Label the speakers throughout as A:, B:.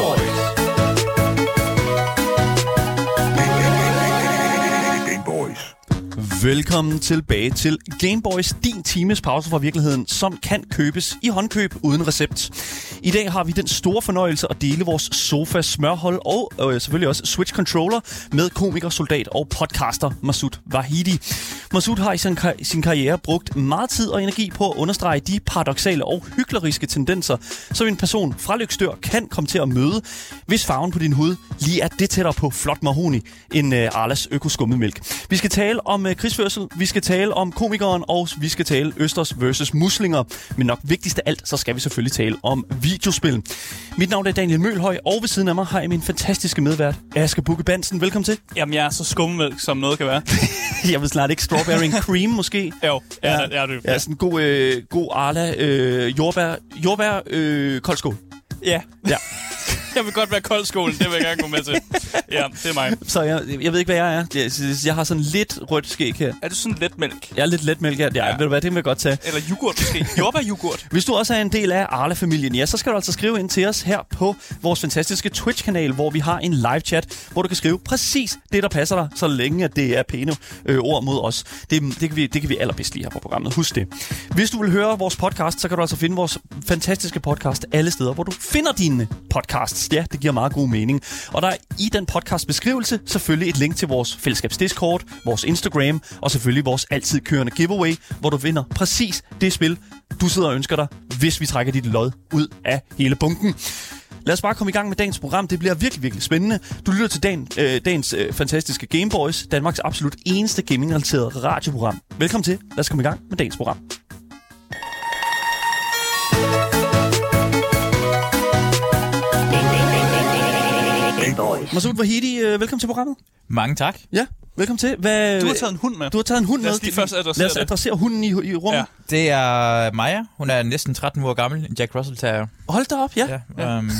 A: Gameboys. Gameboys.
B: Velkommen tilbage til Gameboys, din times pause fra virkeligheden, som kan købes i håndkøb uden recept. I dag har vi den store fornøjelse at dele vores sofa smørhold og øh, selvfølgelig også Switch Controller med komiker, soldat og podcaster Masud Vahidi. Masud har i sin, kar- sin karriere brugt meget tid og energi på at understrege de paradoxale og hykleriske tendenser, som en person fra Lykstør kan komme til at møde, hvis farven på din hud lige er det tættere på flot mahoni end øh, Arlas økoskummemælk. Vi skal tale om øh, krigsførsel, vi skal tale om komikeren, og vi skal tale Østers versus muslinger. Men nok vigtigst af alt, så skal vi selvfølgelig tale om videospil. Mit navn er Daniel Mølhøj, og ved siden af mig har jeg min fantastiske medvært, Aske Bukke Bansen. Velkommen til.
C: Jamen, jeg er så skummel, som noget kan være.
B: Jeg ved snart ikke, strawberry and cream måske?
C: Jo, ja, ja, ja, det,
B: Ja, sådan en god, øh, god Arla, øh, jordbær, jordbær øh, koldskål.
C: ja.
B: Ja.
C: Jeg vil godt være koldskolen, det vil jeg gerne gå med til. Ja, det er mig.
B: Så jeg, jeg ved ikke, hvad jeg er. Jeg, jeg har sådan lidt rødt skæg her.
C: Er du sådan let mælk?
B: Jeg er lidt letmælk her. Ja, ja.
C: Ja.
B: ved du hvad, det vil jeg godt tage.
C: Eller yoghurt måske? Jordbær-yoghurt?
B: Hvis du også er en del af Arla-familien, ja, så skal du altså skrive ind til os her på vores fantastiske Twitch-kanal, hvor vi har en live-chat, hvor du kan skrive præcis det, der passer dig, så længe at det er pæne øh, ord mod os. Det, det, kan vi, det kan vi allerbedst lide her på programmet. Husk det. Hvis du vil høre vores podcast, så kan du altså finde vores fantastiske podcast alle steder, hvor du finder dine podcasts. Ja, det giver meget god mening. Og der er i den podcast-beskrivelse selvfølgelig et link til vores fællesskabs Discord, vores Instagram og selvfølgelig vores altid kørende giveaway, hvor du vinder præcis det spil, du sidder og ønsker dig, hvis vi trækker dit lod ud af hele bunken. Lad os bare komme i gang med dagens program. Det bliver virkelig, virkelig spændende. Du lytter til dagen, øh, dagens øh, fantastiske Gameboys, Danmarks absolut eneste gaming-relaterede radioprogram. Velkommen til. Lad os komme i gang med dagens program.
A: Gameboys.
B: Masoud Vahidi, øh, velkommen til programmet.
D: Mange tak.
B: Ja, velkommen til. Hvad,
C: Du har taget en hund med.
B: du har taget en hund
C: Lad os
B: med.
C: lige først adressere
B: Lad os
C: det.
B: adressere hunden i, i rummet. Ja.
C: Ja.
D: Det er Maja. Hun er næsten 13 uger gammel. En Jack Russell terrier.
B: Hold da op, ja. ja.
D: Ja. ja. Øhm,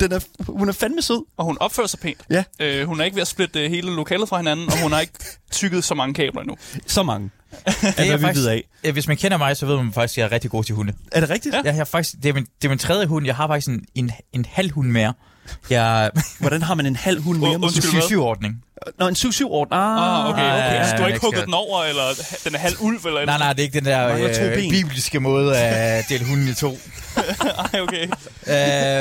B: Den er, hun er fandme sød.
C: Og hun opfører sig pænt.
B: Ja.
C: Øh, hun er ikke ved at splitte øh, hele lokalet fra hinanden, og hun har ikke tykket så mange kabler endnu.
B: Så mange.
D: det
B: hvad vi
D: faktisk,
B: ved af.
D: øh, Hvis man kender mig, så ved man faktisk, at jeg er rigtig god til hunde.
B: Er det rigtigt?
D: Ja. Jeg har faktisk, det, er min, det er min tredje hund. Jeg har faktisk en, en, en halv hund mere. Jeg
B: Hvordan har man en halv hund mere?
C: Åh,
D: en
C: undskyld, hvad?
D: sygeordning.
B: Nå, en 7-7-orden.
C: Ah, okay, okay.
D: ja,
C: Så du har
D: ja,
C: ikke
D: ikke
C: hugget
D: skørt.
C: den over, eller h- den er halv ulv, eller
D: Nej, nej, det er ikke den
B: Mangler to
D: der
B: ben.
D: øh, bibliske måde at øh, dele hunden i to.
C: nej. okay.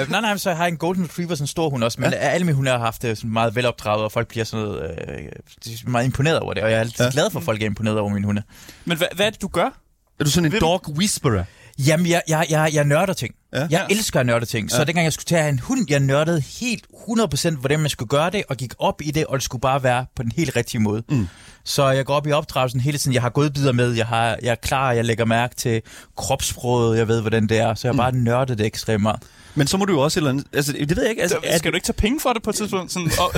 D: øh, nej, nej, så har jeg en golden retriever, sådan en stor hund også, men ja. alle mine hunde har haft øh, sådan meget velopdraget, og folk bliver sådan noget, øh, de er meget imponeret over det, og jeg er altid
B: Ja.
D: ja. glad for, at folk er imponeret over mine hunde.
C: Men hvad, hvad er det, du gør?
B: Er du sådan en
C: Hvem-
B: dog whisperer?
D: Jamen, jeg, jeg, jeg, jeg nørder ting.
B: Ja.
D: Ja. Jeg elsker at nørde ting. Så ja. dengang jeg skulle til at have en hund, jeg nørdede helt 100% hvordan man skulle gøre det, og gik op i det, og det skulle bare være på den helt rigtige måde. Mm. Så jeg går op i opdragelsen hele tiden. Jeg har godbider med, jeg, har, jeg er klar, jeg lægger mærke til kropsproget, jeg ved, hvordan det er. Så jeg mm. bare nørdede det ekstremt meget.
B: Men så må du jo også et eller andet... Altså, det ved jeg ikke. Altså,
C: Der, skal du ikke tage penge for det på et tidspunkt? Sådan, og,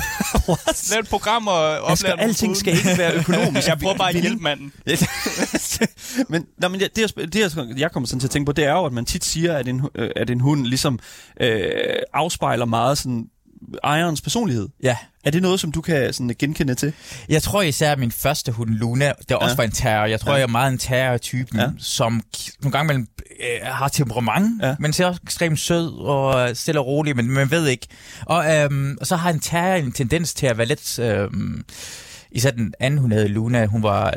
C: lave et program og oplære
B: Asger, alting skal ikke være økonomisk.
C: Jeg prøver bare at hjælpe manden.
B: men nej, men det, jeg, sp- det jeg, jeg kommer sådan til at tænke på, det er jo, at man tit siger, at en, hu- øh, at en hund ligesom øh, afspejler meget sådan ejerens personlighed.
D: Ja.
B: Er det noget, som du kan sådan genkende til?
D: Jeg tror især, at min første hund, Luna, der også
B: Ja.
D: ja. var en terror. Jeg tror,
B: Ja.
D: ja. jeg er meget en terror-typen,
B: Ja.
D: ja. som k- nogle gange mellem, øh, har temperament,
B: Ja.
D: ja. men ser også ekstremt sød og øh, stille og rolig, men man ved ikke. Og, øhm, og så har en terror en tendens til at være lidt... Øhm, især den anden, hun havde, Luna, hun var...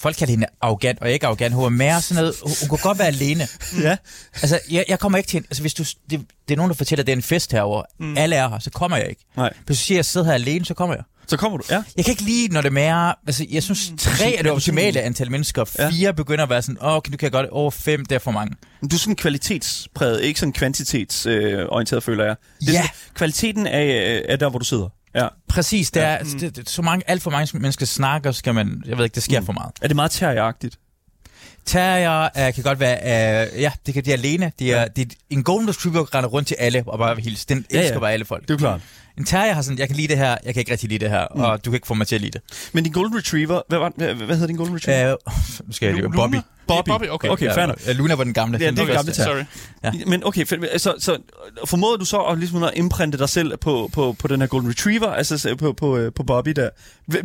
D: Folk kaldte hende arrogant, og ikke arrogant. Hun var mere sådan noget... Hun hun kunne godt være alene.
B: Ja.
D: Altså, jeg, jeg kommer ikke til en, altså, hvis du, det, det er nogen, der fortæller, at det er en fest herovre. Mm. Alle er her, så kommer jeg ikke.
B: Nej.
D: Hvis du siger, at jeg sidder her alene, så kommer jeg.
B: Så kommer du. Ja.
D: Jeg kan ikke lide, når det er mere... Altså, jeg synes, tre er det optimale antal mennesker.
B: Mm. Ja.
D: Fire begynder at være sådan, åh, okay, nu kan jeg godt over fem, det er for mange.
B: Men Du er sådan kvalitetspræget, ikke sådan kvantitetsorienteret, øh, føler jeg. Det er
D: Ja.
B: sådan, kvaliteten er, er der, hvor du sidder. Ja. Mm.
D: Præcis, der er, det, det, så mange, alt for mange mennesker snakker, skal man... Jeg ved ikke, det sker mm. for meget.
B: Er det meget terrieragtigt?
D: Terrier uh, kan godt være... Uh, ja, det kan de er alene. De er, ja. de, en golden retriever render rundt til alle og bare vil hilse. Den
B: Ja,
D: elsker
B: ja.
D: bare alle folk.
B: Det er jo klart.
D: En terrier har sådan, jeg kan lide det her, jeg kan ikke rigtig lide det her, mm. og du kan ikke få mig til at lide det.
B: Men din golden retriever... Hvad, var, hvad, hvad hedder din golden retriever?
D: Uh, nu skal jeg lige...
C: Luna?
D: Bobby.
C: Det er Bobby, okay.
B: Okay, fair nok.
D: ja, Luna var den gamle.
B: Ja, det er
D: Den
B: den gamle
D: første.
B: terrier.
C: Sorry.
B: Ja. Men okay, fe- så, så formåede du så at, ligesom at imprinte dig selv på, på, på den her Golden Retriever, altså så på, på, øh, på Bobby der?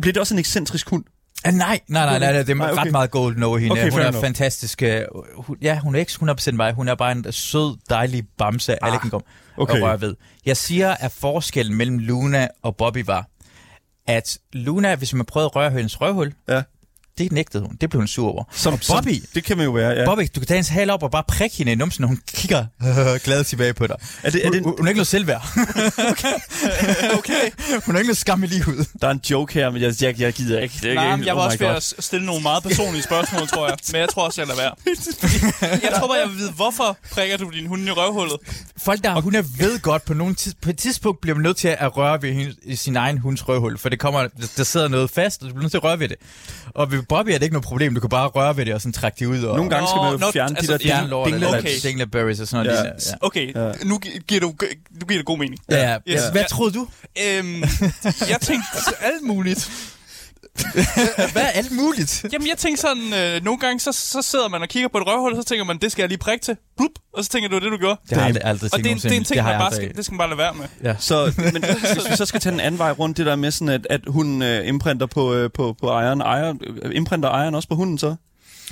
B: Blev det også en ekscentrisk hund?
D: Ah, nej, nej, nej, nej, nej, det er
B: Nej, okay.
D: ret meget gold no hende.
B: Okay,
D: Okay, hun
B: fair
D: er
B: enough.
D: fantastisk. øh, Hun, ja, hun er ikke 100% mig. Hun er bare en sød, dejlig bamse, alle kan komme
B: Ah, okay.
D: okay. og røre ved. Jeg siger, at forskellen mellem Luna og Bobby var, at Luna, hvis man prøvede at røre hendes røvhul,
B: Ja.
D: det nægtede hun. Det blev hun sur over.
B: Som,
D: og Bobby,
B: Som, det kan man jo være, ja.
D: Ja. Bobby, du kan tage hendes hale op og bare prikke hende i numsen, og hun kigger glad tilbage på dig.
B: Er det- er det en-
D: hun, hun, har ikke noget selvværd. okay. okay. Hun har ikke noget skam i livet.
B: Der er en joke her, men jeg, jeg, jeg gider ikke. Det er
C: Nej,
B: ikke
C: men jeg
B: oh
C: var
B: my
C: også ved
B: God.
C: at stille nogle meget personlige spørgsmål, tror jeg. Men jeg tror også, jeg lader være. Jeg tror bare, jeg vil vide, hvorfor prikker du din hund i røvhullet?
D: Folk, der har hunde, ved godt, på, nogle tids, på et tidspunkt bliver man nødt til at røre ved hendes, i sin egen hunds røvhul, for det kommer, der sidder noget fast, og du bliver nødt til at røre ved det. Og ved Bobby er det ikke noget problem, du kan bare røre ved det og sådan trække det ud. Og,
B: Nogle gange skal man jo
C: Nå, nå,
B: fjerne
C: altså,
B: de der
C: ja,
B: dingle-
D: lort,
B: dingle-
D: eller
C: okay.
D: dingleberries og sådan noget.
B: Ja.
D: lignende,
C: Okay, nu, gi- giver du, nu giver det god mening.
D: Ja. Ja.
C: Yes.
D: Ja. Hvad troede du?
C: Øhm, jeg tænkte alt muligt.
D: Hvad er alt muligt?
C: Jamen, jeg tænkte sådan, øh, nogle gange, så, så sidder man og kigger på et røvhul, og så tænker man, det skal jeg lige prikke til. Blup, og så tænker du, det er det du gjorde.
D: Det har jeg aldrig, aldrig
C: Og
D: tænkt
C: det, er en- det er en
D: nogensinde.
C: ting,
D: har
C: man
D: jeg
C: bare
D: aldrig-
C: skal, det skal man bare lade være med.
D: Ja.
B: Så, men hvis vi så skal tage den anden vej rundt, det der med sådan, at, at hun øh, imprinter på, øh, på, på ejeren, ejer, øh, imprinter ejeren også på hunden så?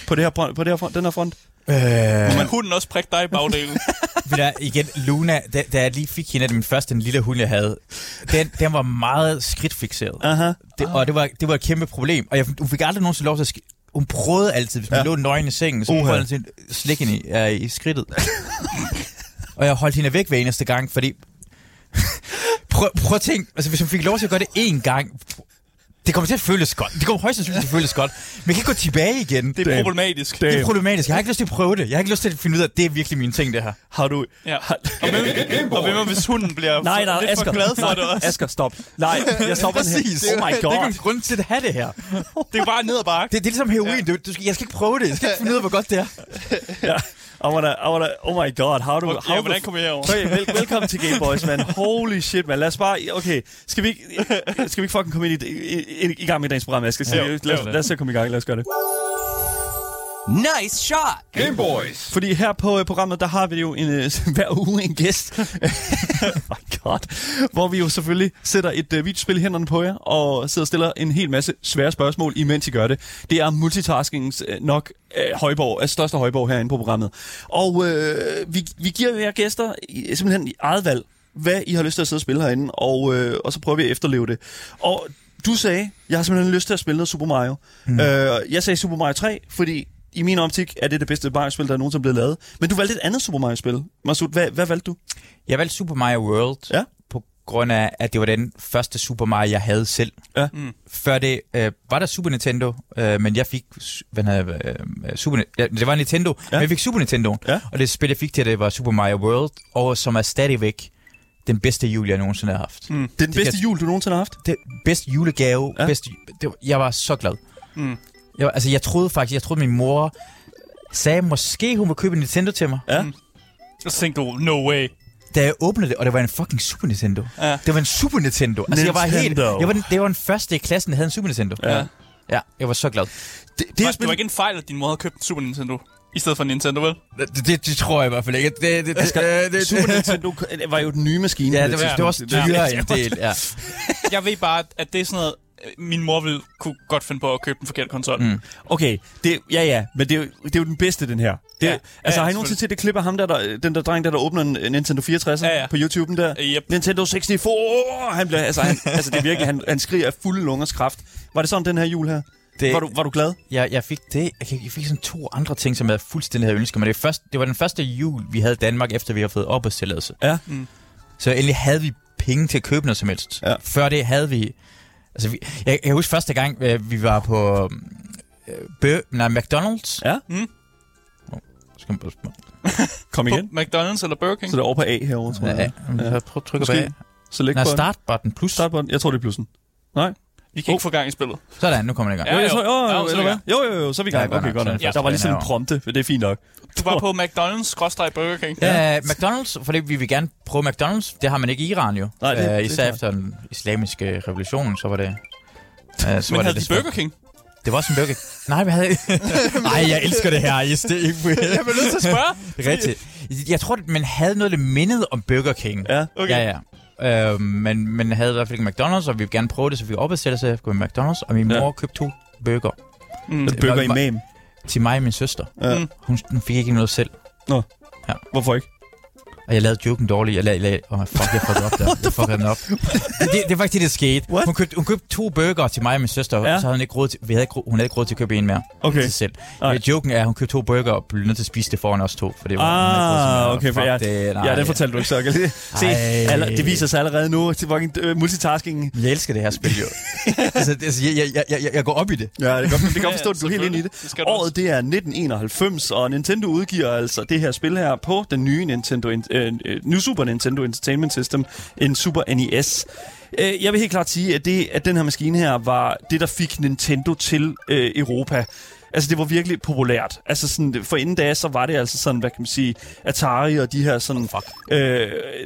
B: På, det her, front- på det her, front- den her front?
D: Øh,
C: Må man hunden også prikke dig i bagdelen?
D: ved du hvad, igen, Luna, da, da jeg lige fik hende, det var min første den lille hund, jeg havde, den, den var meget skridtfixeret.
B: Aha.
D: Det, og det var, det var et kæmpe problem. Og jeg, hun fik aldrig nogensinde lov til at sk- hun prøvede altid, hvis man
B: Ja.
D: ja. lå nøgen i sengen, så hun
B: Uha.
D: prøvede altid at slikke hende i, uh, i skridtet. og jeg holdt hende væk hver eneste gang, fordi... prøv, prøv at tænke, altså hvis hun fik lov til at gøre det én gang, det kommer til at føles godt. Det kommer højst sandsynligt til at føles godt. Men jeg kan ikke gå tilbage igen. Det,
C: Det er problematisk.
D: det er problematisk. Jeg har ikke lyst til at prøve det. Jeg har ikke lyst til at finde ud af, at det er virkelig mine ting, det her.
B: Har du...
C: Ja. Og hvem, og hvem er, hvis hunden bliver
B: Nej, nej,
C: lidt for
B: Asger.
C: glad for
B: nej,
C: det også?
B: Asger, stop. Nej, jeg stopper den
D: Præcis.
B: her. Oh my
D: Det er
B: god.
D: ikke en grund til at have det her. Det,
C: Det er bare ned ad bakke.
D: det er ligesom heroin. Ja. Du, du skal, jeg skal ikke prøve det. Jeg skal ikke finde ud af, hvor godt det er.
B: Ja. I wanna, I wanna, oh my god, how do...
C: Hvor-
B: How
C: ja,
B: the-
C: hvordan kommer jeg herover?
B: Okay, vel, velkommen til Game Boys, man. Holy shit, man. Lad os bare... Okay, skal vi ikke, skal vi ikke fucking komme ind i, i, i, i gang med dagens program, Asger? Ja,
C: Jo,
B: lad, os,
C: jo.
B: lad os se at komme i gang. Lad os gøre det.
E: Nice shot!
A: Game Boys.
B: Fordi her på øh, programmet, der har vi jo en, øh, hver uge en gæst. Oh my god. Hvor vi jo selvfølgelig sætter et øh, videospil i hænderne på jer, og sidder og stiller en hel masse svære spørgsmål, imens I gør det. Det er multitaskingens øh, nok øh, højborg, øh, største højborg herinde på programmet. Og øh, vi, vi giver jer gæster i, simpelthen i eget valg, hvad I har lyst til at sidde og spille herinde, og, øh, og så prøver vi at efterleve det. Og du sagde, jeg har simpelthen lyst til at spille noget Super Mario. Mm. Øh, jeg sagde Super Mario 3, fordi i min optik er det det bedste Mario-spil, der er nogensinde blevet lavet. Men du valgte et andet Super Mario-spil. Masud, hvad, hvad valgte du?
D: Jeg valgte Super Mario World
B: Ja.
D: på grund af, at det var den første Super Mario, jeg havde selv.
B: Ja.
D: Mm. Før det øh, var der Super Nintendo, øh, men jeg fik... su- Hvad hedder, det, øh, Super, Ni- ja, det var Nintendo, ja. men jeg fik Super Nintendo.
B: Ja.
D: Og det spil, jeg fik til det, var Super Mario World, og som er stadigvæk den bedste jul, jeg nogensinde har haft. Mm.
B: Det er den bedste
D: kan-
B: jul, du nogensinde har haft.
D: det bedste julegave.
B: Ja.
D: Ja. Bedste, det var, jeg var så glad. Mm. Jeg, var- altså, jeg troede faktisk, jeg troede min mor sagde, måske hun ville købe en Nintendo til mig.
B: Ja.
C: Og så tænkte du, no way.
D: Da jeg åbnede det, og det var en fucking Super Nintendo.
C: Ja.
D: Det var en Super Nintendo. Altså, jeg var helt...
B: Nintendo.
D: Jeg var den, det var den første i klassen, der havde en Super Nintendo. Ja. Ja, jeg var så glad.
B: Det,
C: Det,
B: det,
C: var,
B: her
C: det var ikke en fejl, at din mor havde købt en Super Nintendo, i stedet for en Nintendo, vel?
D: Det, det, det tror jeg i hvert fald ikke. Det, det, det, det, det,
B: Super Nintendo var jo den nye maskine.
D: ja,
B: på
D: det var,
C: Ja.
D: det var også
C: Ja.
D: dyrere en del. Ja.
C: Jeg ved bare, at det er sådan noget, øh, min mor ville kunne godt finde på at købe den forkerte konsol. Mm.
B: Okay, det, ja ja, men det er, jo, det er jo den bedste, den her. Det, ja,
C: Ja.
B: altså,
C: Ja,
B: har I nogensinde set det klip af ham der, der, den der dreng der, der åbner en Nintendo 64 ja,
C: Ja,
B: ja.
C: ja.
B: på YouTube'en der?
C: Øh, yep.
B: Nintendo 64! Han bliver, altså, han, altså, det er virkelig, han, han skriger af fulde lungers kraft. Var det sådan den her jul her? Det,
D: Det-
B: var, du, var du glad?
D: Jeg, jeg fik det. Jeg kan- jeg fik sådan to andre ting, som jeg fuldstændig havde ønsket mig. Det, første, det var den første jul, vi havde i Danmark, efter vi havde fået opholdstilladelse.
B: Ja.
C: Mm.
D: Så endelig havde vi penge til at købe noget som helst.
B: Ja.
D: Før det havde vi... Altså, vi, jeg, jeg husker første gang, øh, vi var på øh, bø, nej, McDonald's.
B: Ja.
C: Mm.
D: Nå, skal man bare spørge.
B: Kom
C: På
B: igen.
C: McDonald's eller Burger King?
B: Så det er over på A herovre, tror jeg.
D: Ja, ja. Prøv at trykke på
B: Måske.
D: A.
B: Så læg
D: Nej,
B: på
D: start button plus.
B: start på den. Jeg tror, det er plussen. Nej.
C: Vi kan ikke få gang i spillet.
D: Sådan, nu kommer den i gang.
C: Ja,
B: jo, jeg
C: jo.
B: tror, jo,
C: Ja,
B: jo,
C: så
B: eller
C: er vi
B: hvad? jo, jo, jo, så er vi i gang.
D: Ja, godt
B: Okay,
D: nok,
B: godt
D: så er
B: nok.
D: det først
B: Der var lige sådan en
D: herovre.
B: prompte, men det er fint nok.
C: Du var på McDonald's, skråstrej Burger King.
D: Ja, øh, McDonald's, fordi vi vil gerne prøve McDonald's. Det har man ikke i Iran jo.
B: Nej, det- det er
D: øh, især
B: klart.
D: efter den islamiske revolution, så var det... Øh, så
C: Men havde
D: det,
C: de Burger King?
D: Det var også en burger. Nej, vi havde Nej, jeg elsker det her. Yes, det er ikke... jeg
C: Jeg er nødt til at spørge.
D: Rigtigt. Jeg tror, at man havde noget, der mindede om Burger King.
B: Ja.
C: Okay.
D: Ja, Øhm, ja. Øh, men man havde i hvert fald ikke McDonald's, og vi ville gerne prøve det, så vi opbestilte sig på McDonald's, og min
B: Ja.
D: mor købte to burger
C: Mm.
B: Den bøger imam.
D: til mig og min søster.
B: Ja.
D: Hun, hun fik ikke noget selv.
B: Nå.
D: Ja.
B: Hvorfor ikke?
D: Og jeg lavede joken dårlig. Jeg lavede, lavede oh, fuck, jeg fuckede op der. Jeg fuckede den op. Det, det, det, var faktisk det, der skete.
B: What?
D: Hun købte, hun købte to burger til mig og min søster,
B: Ja.
D: ja. så havde hun ikke råd til, vi havde ikke, råd- hun havde ikke råd til at købe en mere
B: Okay.
D: til sig selv.
B: Nej.
D: Nej. Joken er, at hun købte to burger og blev nødt til at spise det foran os to. For det var, hun havde ikke råd til mere.
B: Ah, okay, for
D: Fuck
B: jeg,
D: det, nej.
B: ja, den fortalte du ikke, så jeg kan lige se,
D: Ej.
B: aller, det viser sig allerede nu til fucking øh, multitaskingen.
D: Jeg elsker det her spil, jo. altså, det- altså jeg, jeg, jeg, jeg, jeg går op i det.
B: Ja, det kan godt, det kan godt
C: Ja,
B: forstå, at du er helt inde i
C: selvfølgelig.
B: det.
C: Det skal du
B: Året
C: også.
B: det er 1991, og Nintendo udgiver altså det her spil her på den nye Nintendo, en- øh, øh, nye Super Nintendo Entertainment System, en Super NES. Øh, Jeg vil helt klart sige, at, det, at den her maskine her var det, der fik Nintendo til øh, Europa. Altså, det var virkelig populært. Altså, sådan, for inden da, så var det altså sådan, hvad kan man sige, Atari og de her sådan, øh,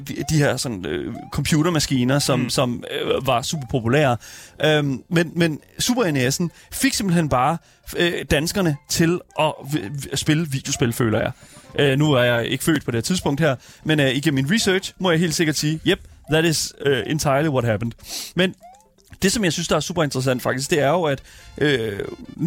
B: de, de her sådan øh, computermaskiner, som, mm. som øh, var super populære. Øhm, men, men Super NES'en fik simpelthen bare øh, danskerne til at v- v- spille videospil, føler jeg. Øh, nu er jeg ikke født på det her tidspunkt her, men øh, igennem min research må jeg helt sikkert sige, yep, that is uh, entirely what happened. Men det, som jeg synes, der er super interessant faktisk, det er jo, at øh,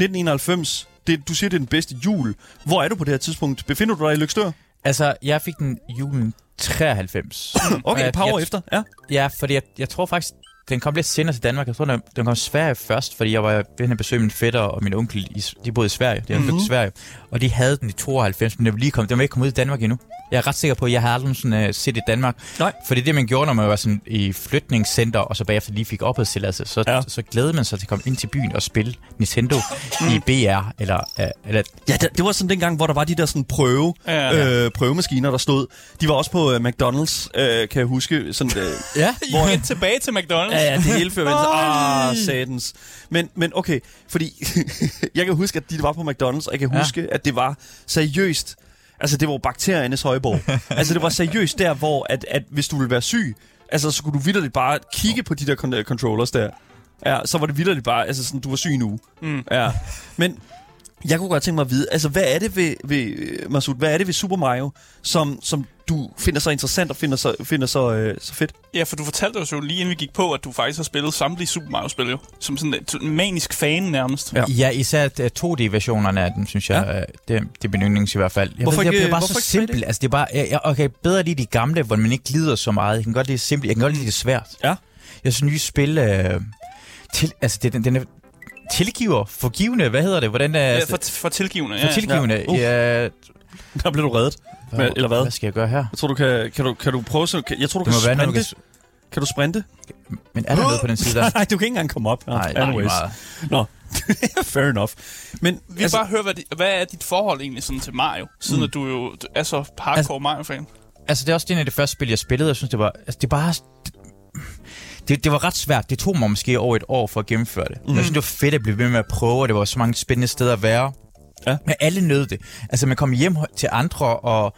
B: 1991, det, du siger, det er den bedste jul. Hvor er du på det her tidspunkt? Befinder du dig i Lykstør?
D: Altså, jeg fik den i julen 93. Og
B: Okay,
D: jeg-
B: et par år
D: jeg-
B: efter. Ja.
D: Ja, fordi jeg, jeg tror faktisk, den kom lidt senere til Danmark. Jeg tror, den, den kom til Sverige først, fordi jeg var ved at besøge min fætter og min onkel. I, de boede i Sverige. De havde mm-hmm. til Sverige. Og de havde den i 92, men den var, lige kommet, den var ikke kommet ud i Danmark endnu. Jeg er ret sikker på, at jeg har aldrig sådan, uh, set det i Danmark.
B: Nej.
D: Fordi det, man gjorde, når man var sådan, i flytningscenter, og så bagefter lige fik opholdstilladelse, så,
B: Ja.
D: ja. så glædede man sig til at komme ind til byen og spille Nintendo i BR. Eller, uh, eller,
B: Ja, det, det var sådan dengang, hvor der var de der sådan prøve,
C: Ja,
B: ja.
C: ja.
B: øh, prøvemaskiner, der stod. De var også på øh, McDonald's, øh, kan jeg huske. Sådan, øh,
D: ja,
C: Hvor er tilbage til McDonald's?
B: Ja, ja, det hele fører venstre.
C: Ej.
B: Ah, satans. Men, men okay, fordi jeg kan huske, at de var på McDonald's, og jeg kan
D: Ja.
B: huske, at det var seriøst. Altså, det var jo bakteriernes højborg. altså, det var seriøst der, hvor at, at hvis du ville være syg, altså, så kunne du vidderligt bare kigge på de der con- controllers der. Ja, så var det vidderligt bare, altså sådan, du var syg nu. Mm. Ja. Men jeg kunne godt tænke mig at vide, altså hvad er det ved, ved øh, Masud, hvad er det ved Super Mario, som, som du finder så interessant og finder så, finder så, øh, så fedt?
C: Ja, for du fortalte os jo lige inden vi gik på, at du faktisk har spillet samtlige Super Mario-spil jo. Som sådan en- en manisk fan nærmest.
B: Ja.
D: Ja, især øh, 2D-versionerne af dem, synes jeg, ja. det, det er min yndlings i hvert fald. Jeg
B: Hvorfor
D: ved,
B: ikke-
D: det er bare
B: hvorfor
D: så
B: ikke 3D?
D: simpelt. Altså, det er bare, jeg, jeg, okay, bedre lige de gamle, hvor man ikke glider så meget. Jeg kan godt lide det simpelt, jeg kan godt lide det svært.
B: Ja.
D: Jeg synes, nye spil... Øh, til, altså, det, den, den er tilgiver, forgivende, hvad hedder det? Hvordan er... altså,
C: Ja, for, for tilgivende. Ja.
D: for tilgivende.
B: ja.
D: Ja.
B: Uh.
D: ja.
B: Der blev du reddet. Hvad- eller hvad?
D: Hvad skal jeg gøre her?
B: Jeg tror, du kan, kan, du, kan du prøve så... Kan, jeg tror, du
D: Det
B: kan
D: må være,
B: sprinte.
D: når du
B: Kan...
D: kan...
B: kan du sprinte?
D: Men er der noget på den side der?
B: Nej, du kan ikke engang komme op.
D: Nej, det er
B: Anyways.
D: meget.
B: Nå, fair enough. Men
C: Vi vil altså, bare høre, hvad, det, hvad er dit forhold egentlig sådan til Mario, siden mm. at du jo er så hardcore
D: Altså-
C: Mario-fan?
D: altså det er også det, en af det første spil, jeg spillede. Jeg synes, det var, altså, det er bare... Det, det, var ret svært. Det tog mig måske over et år for at gennemføre det. Mm. Jeg synes, det var
B: Mhm.
D: fedt at blive ved med at prøve, og det var så mange spændende steder at være.
B: Ja.
D: Men alle nød det. Altså, man kom hjem til andre og,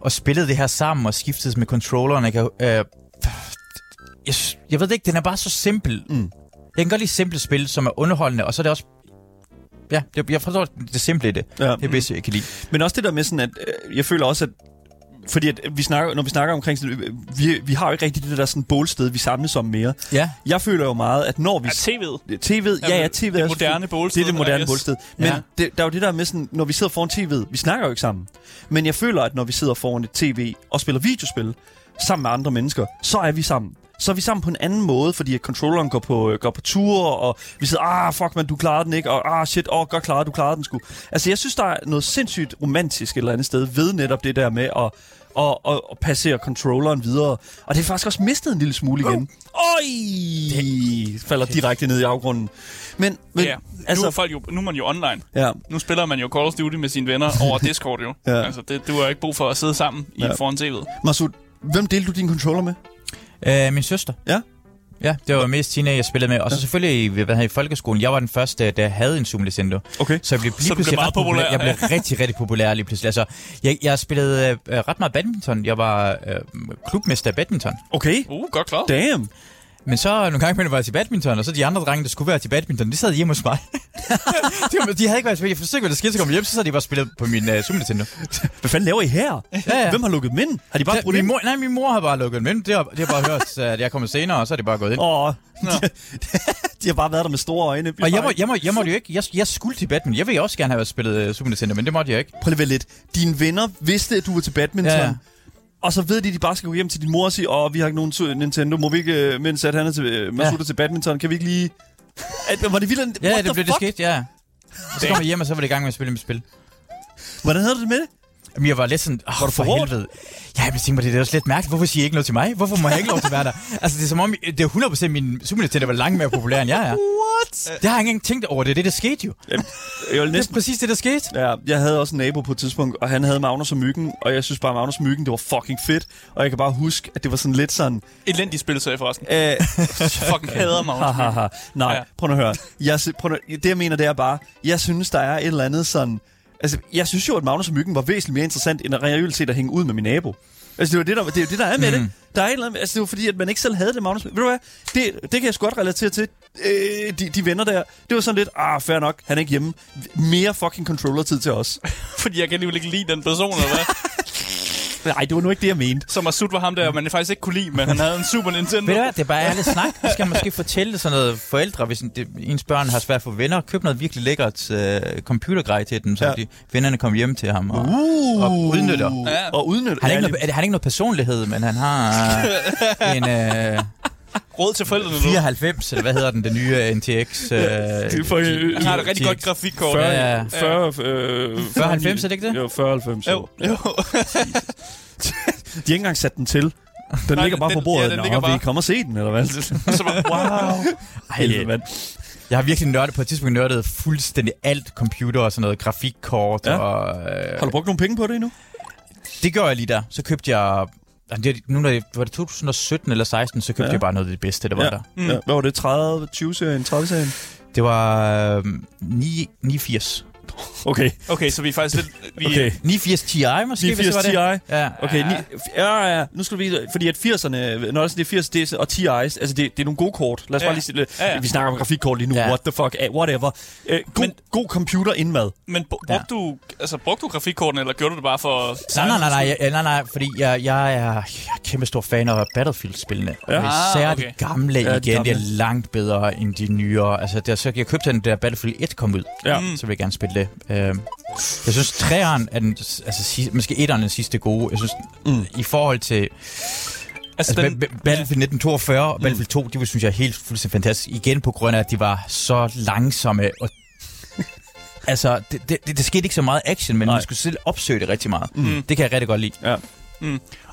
D: og spillede det her sammen og skiftede med controlleren. Jeg, kan, øh, jeg, sy- jeg ved det ikke, den er bare så simpel. Mm. Jeg kan godt lide simple spil, som er underholdende, og så er det også... Ja, det, jeg forstår det simple i det.
B: Ja.
D: Det er det bedste, jeg kan lide.
B: Men også det der med sådan, at øh, jeg føler også, at fordi at øh, vi snakker, når vi snakker omkring sådan, øh, vi, vi har jo ikke rigtig det der sådan bålsted, vi samles om mere.
D: Ja.
B: Jeg føler jo meget, at når vi...
C: Er TV'et?
B: TV'et, ja, ja,
C: men
B: TV'et
C: det
B: er
C: moderne
B: selvfølgelig-
C: bålsted,
B: Det er det
C: I
B: moderne
C: guess.
B: bålsted. Men ja.
D: Ja.
B: det, der er jo det der med sådan, når vi sidder foran TV'et, vi snakker jo ikke sammen. Men jeg føler, at når vi sidder foran et TV og spiller videospil sammen med andre mennesker, så er vi sammen. Så er vi sammen på en anden måde, fordi at controlleren går på, øh, går på ture, og vi sidder, ah, fuck man, du klarede den ikke, og ah, shit, åh, oh, godt klaret, du klarede den sgu. Altså, jeg synes, der er noget sindssygt romantisk et eller andet sted ved netop det der med at, at, at, at passere controlleren videre. Og det er faktisk også mistet en lille smule igen. Øj! Falder direkte ned i afgrunden. Men, men
C: ja. nu,
B: altså,
C: er folk jo, nu er man jo online.
B: ja,
C: Nu spiller man jo Call of Duty med sine venner over Discord jo.
B: Ja.
C: Altså, det, du har jo ikke brug for at sidde sammen i
B: Ja.
C: foran TV'et.
B: Masud, hvem delte du din controller med? Mm.
D: Øh, min søster.
B: Ja.
D: Ja, det var mest Tina, jeg spillede med. Og så selvfølgelig i, hvad hedder, i folkeskolen. Jeg var den første, der havde en Zoom Nintendo.
B: Okay.
D: Så jeg blev lige
C: Så du blev
D: pludselig
C: meget
D: ret populær.
C: populær,
D: Jeg blev rigtig, rigtig populær lige pludselig. Altså, jeg, jeg spillede øh, ret meget badminton. Jeg var øh, klubmester i badminton.
B: Okay.
C: Uh, godt klaret.
B: Damn.
D: Men så nogle gange imellem var jeg til badminton, og så de andre drenge, der skulle være til badminton, de sad hjemme hos mig. de, var- de, havde ikke været til Jeg forstod ikke, hvad der skete, så kom jeg hjem, så sad de bare og spillede på min uh, Super Nintendo.
B: Hvad fanden laver I her?
D: Ja, ja.
B: Hvem har lukket dem ind? Har de bare
D: Ja,
B: brugt
D: min
B: ind?
D: mor, nej, min mor har bare lukket dem ind. Det har, det har bare hørt, at jeg kommer senere, og så er det bare gået ind.
B: Åh, de, de, har bare været der med store øjne.
D: Og jeg, må, jeg, må, jeg måtte jo ikke, jeg, jeg skulle til badminton. Jeg ville også gerne have været spillet uh, Super Nintendo, men det måtte jeg ikke.
B: Prøv lige at vælge lidt. Dine venner vidste, at du var til badminton.
D: Ja, ja.
B: Og så ved de, at de bare skal gå hjem til din mor og sige, åh, vi har ikke nogen su- Nintendo, må vi ikke, øh, mens at han er til, øh, Mads
D: Ja.
B: Hutter til badminton, kan vi ikke lige... At, var det vildt? end-
D: Ja,
B: What
D: det
B: the
D: blev det
B: fuck?
D: sket, ja. Og så kom jeg hjem, og så var det i gang med at spille mit spil.
B: Hvordan havde du det med det?
D: Jamen, jeg var lidt sådan, oh,
B: du
D: var du for
B: forrådt?
D: helvede. Ja, men jeg tænkte mig, det er da også lidt mærkeligt. Hvorfor siger I ikke noget til mig? Hvorfor må jeg ikke lov til at være der? Altså, det er som om, det er 100% min Super Nintendo var langt mere populær, end jeg er. What? Det har jeg ikke engang tænkt over. Det er det, der skete jo.
B: Jamen, Jeg ville
D: Det er
B: næsten...
D: præcis det, der skete.
B: Ja, jeg havde også en nabo på et tidspunkt, og han havde Magnus og Myggen, og jeg synes bare, Magnus og Myggen, det var fucking fedt. Og jeg kan bare huske, at det var sådan lidt sådan...
C: Elendigt spil, så jeg forresten.
B: Øh,
C: Fucking hader mig.
B: ha, ha, ha. Nej,
C: Ja.
B: prøv nu at høre. Jeg, sy- prøv nu, det jeg mener, det er bare, jeg synes, der er et eller andet sådan... Altså, jeg synes jo, at Magnus og Myggen var væsentligt mere interessant, end at reelt set at hænge ud med min nabo. Altså, det, var det, der, det er jo det, der er med mm. det. Der er et eller andet, altså, det var fordi, at man ikke selv havde det, Magnus. Ved du hvad? Det, det kan jeg sgu godt relatere til. Øh, de, de venner der, det var sådan lidt, ah, fair nok, han er ikke hjemme. Mere fucking controller-tid til os.
C: Fordi jeg kan alligevel ikke lide den person, eller hvad?
B: Nej, det var nu ikke det, jeg mente.
C: Som at sut var ham der, man faktisk ikke kunne lide, men han havde en Super Nintendo.
D: Ved du hvad, det er bare ærligt snak. Så skal man måske fortælle sådan noget forældre, hvis en- det, ens børn har svært for venner. Køb noget virkelig lækkert uh, computergrej til dem, så
B: Ja.
D: ja. de, vennerne kommer hjem til ham. Og,
B: Uh,
D: og udnytter.
B: Ja. Og udnytter.
D: Han, er ikke
B: Ja,
D: noget, er det- han har ikke noget personlighed, men han har øh, en øh,
C: Råd til forældrene nu.
D: 94, eller hvad hedder den, den nye øh, NTX? Øh,
B: det er for, øh,
C: Han har et rigtig
D: de-
C: godt grafikkort.
D: Fyrre-
C: Ja.
D: Ja.
B: 40, øh,
D: 40, 90, er det ikke det?
B: Jo, 40, 90.
C: Jo, jo.
B: De har ikke engang sat den til. Den
C: Nej,
B: ligger bare
C: den-
B: på bordet.
C: ja,
B: Ja,
C: den
B: Nå,
C: ligger
B: vi
C: bare-
B: kommer og se den, eller hvad?
C: Så bare, wow.
B: Helvede,
D: Ej,
B: mand.
D: jeg har virkelig nørdet på et tidspunkt nørdet fuldstændig alt computer og sådan noget, grafikkort
B: Ja.
D: ja. og... Øh,
B: Har du brugt nogle penge på det endnu?
D: det gjorde jeg lige der. Så købte jeg... Jamen, Det, er- nu når det, var det 2017 eller 16, så købte
B: Ja.
D: ja. jeg bare noget af det bedste, der var ja. der.
B: Mm. ja. Hvad var det? 30, 20-serien, 30-serien?
D: Det var øh, 9, 89.
B: Okay.
C: Okay, så vi er faktisk lidt... Vi,
B: Okay.
D: 89 Ti måske,
B: 89
D: hvis det var det.
B: Ti.
D: Ja.
B: Okay, ja. Ni, ja, ja, nu skal vi vise, fordi at 80'erne, når det er sådan, det er 80 det er, og 10 eyes, altså det, det er nogle gode kort. Lad os ja.
C: Ja.
B: bare lige stille,
C: Ja,
B: ja.
C: ja.
B: vi snakker om grafikkort lige nu, ja.
D: Ja.
B: what the fuck, eh, whatever. Øh, god, Men,
C: Men-
B: god computer indmad.
C: Men br- brugte, du, altså, brugte du grafikkortene, eller gjorde du det bare for...
D: Nej, nej, nej, nej, nej, nej, nej fordi jeg, jeg, er, jeg er kæmpe stor fan af Battlefield-spillene. Ja. Især
C: Ah,
D: okay.
C: okay.
D: de gamle
B: Ja,
D: ja,
B: de
D: igen, de, gamle. de er
B: gamle.
D: langt bedre end de nyere. Altså, der, så, jeg købte den, da Battlefield 1 kom ud,
B: Ja.
D: mm. så vil jeg gerne spille det. Uh, jeg synes, 3'eren er den, altså, si, måske 1'eren er den sidste gode. Jeg synes, mm. i forhold til
C: Altså,
D: Altså,
C: den,
D: den, Mm. Battlefield 1942 og Battlefield 2, de var, synes jeg er helt fuldstændig fantastisk. Igen på grund af, at de var så langsomme. Og altså, det, det, det, der skete ikke så meget action, men
B: Nej.
D: man skulle selv opsøge det rigtig meget. Mm. Det kan jeg rigtig godt lide.
B: Ja.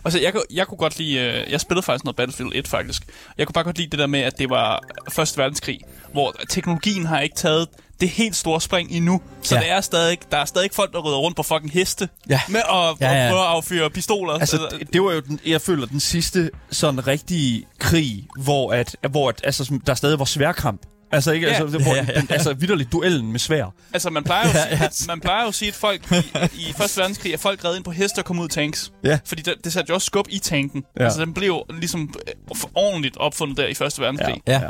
C: altså jeg, kunne- jeg kunne godt lide... øh, Jeg spillede faktisk noget Battlefield 1, faktisk. Jeg kunne bare godt lide det der med, at det var Første Verdenskrig, hvor teknologien har ikke taget det helt store spring endnu. Så ja.
D: Ja.
C: der, er stadig, der er stadig folk, der rydder rundt på fucking heste.
D: Ja.
C: Med at, ja,
D: Ja,
C: ja.
D: ja.
C: at prøve at affyre pistoler.
B: Altså, det, det var jo, den, jeg føler, den sidste sådan rigtige krig, hvor, at, hvor at, altså, som- der stadig var sværkamp. Altså, ikke?
C: Ja.
B: Altså, det, hvor, ja, ja, Den, altså vidderligt duellen med svær.
C: altså man, plejer jo, ja, ja. man plejer jo at sige, at folk i, i Første Verdenskrig, at folk red ind på heste og kom ud i tanks.
B: Ja.
C: Fordi det, det satte jo også skub i tanken.
B: Ja.
C: Ja. Altså den blev jo ligesom øh, ordentligt opfundet der i Første Verdenskrig.
D: Ja.
B: Ja.
D: ja.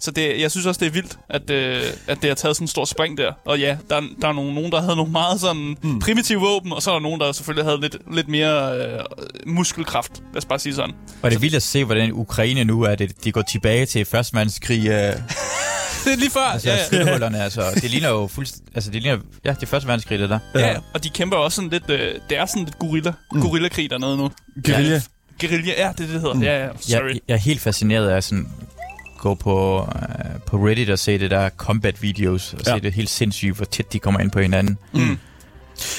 C: Så det, jeg synes også, det er vildt, at, øh, at det har taget sådan en stor spring der. Og ja, der, er- der er nogen, nogen, der havde nogle meget sådan mm. primitive våben, og så er der nogen, der selvfølgelig havde lidt, lidt mere øh, muskelkraft. Lad os bare sige sådan.
D: Og det er vildt at se, hvordan Ukraine nu er, det, de går tilbage til første verdenskrig. Øh, altså,
C: Det er lige før.
D: ja, ja. altså, det ligner jo fuldstændig... Altså, det ligner... Ja, det er første verdenskrig, det der.
C: ja. ja. Og de kæmper også sådan lidt... Øh, det er sådan lidt gorilla, mm. gorillakrig dernede nu.
B: Guerilla.
C: Ja. Guerilla, ja, det er det, det hedder. Mm. Ja, ja, sorry.
D: Jeg, jeg er helt fascineret af sådan gå på, øh, på Reddit og se det der combat videos, og ja.
B: Ja.
D: se det helt sindssygt, hvor tæt de kommer ind på hinanden.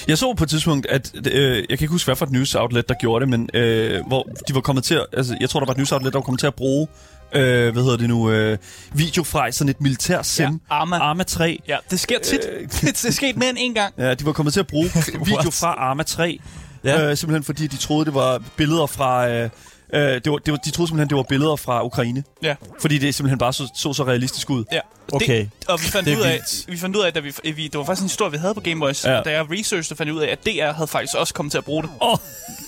B: Jeg så på et tidspunkt, at øh, jeg kan ikke huske, hvad for et news outlet, der gjorde det, men øh, hvor de var kommet til at, altså, jeg tror, der var et news outlet, der var kommet til at bruge, øh, hvad hedder det nu, øh, video fra sådan et militær sim,
C: Ja, Arma.
B: Arma 3.
C: Ja, det sker tit.
B: Øh.
C: Øh. det er sket mere end en gang.
B: Ja, de var kommet til at bruge video fra Arma 3, ja. øh, simpelthen fordi de troede, det var billeder fra, øh, øh, det var, det var, de troede simpelthen, det var billeder fra Ukraine.
C: Ja.
B: Fordi det simpelthen bare så så, så realistisk ud.
C: Ja.
D: Okay.
C: Det, og vi fandt,
D: Det er
C: ud af,
D: vildt.
C: vi fandt ud af, at vi, vi, det var faktisk en historie, vi havde på Game Boys.
B: Ja.
C: Ja. Da jeg researchede, fandt jeg ud af, at DR havde faktisk også kommet til at bruge det.
B: Åh,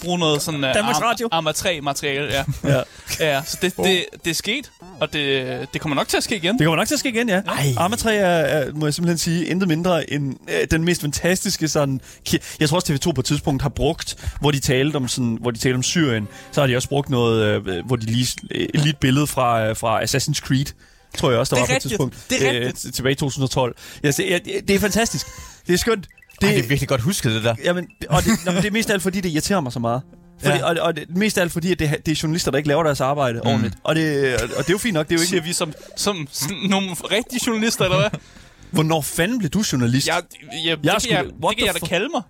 C: Bruge noget sådan uh,
B: Danmarks Radio.
C: Arma 3 materiale, ja.
B: Ja.
C: ja. så det, det, det er sket. Og det, det kommer nok til at ske igen.
B: Det kommer nok til at ske igen, ja.
D: Ej.
B: Arma 3 er, er, må jeg simpelthen sige, intet mindre end øh, den mest fantastiske sådan... ki- Jeg tror også, TV2 på et tidspunkt har brugt, hvor de talte om, sådan, hvor de talte om Syrien, så har de også brugt noget, øh, hvor de lige, øh, lige et billede fra, øh, fra Assassin's Creed, tror jeg også, der
C: Det
B: var på
C: er
B: et
C: rigtigt.
B: tidspunkt.
C: Det er rigtigt.
B: Øh, t- tilbage i 2012. Jeg, ser- jeg, det er fantastisk. Det er skønt.
D: Det, Ej, det er virkelig godt husket, det der.
B: Jamen, det- og det, nå, men det er mest af alt, fordi det irriterer mig så meget. Fordi, ja.
D: Ja.
B: Og, og det, mest af alt, fordi at det, det er journalister, der ikke laver deres arbejde mm. ordentligt. Og det, og, og det er jo fint nok. Det er jo
C: Siger
B: ikke,
C: vi som, som sådan nogle rigtige journalister, eller hvad?
B: hvornår fanden blev du journalist?
C: Jeg, jeg,
B: Jeg er
C: det
B: sgu
C: kan jeg,
B: da-
C: det
B: what
C: kan
B: the
C: jeg da
B: fuck?
C: kalde mig.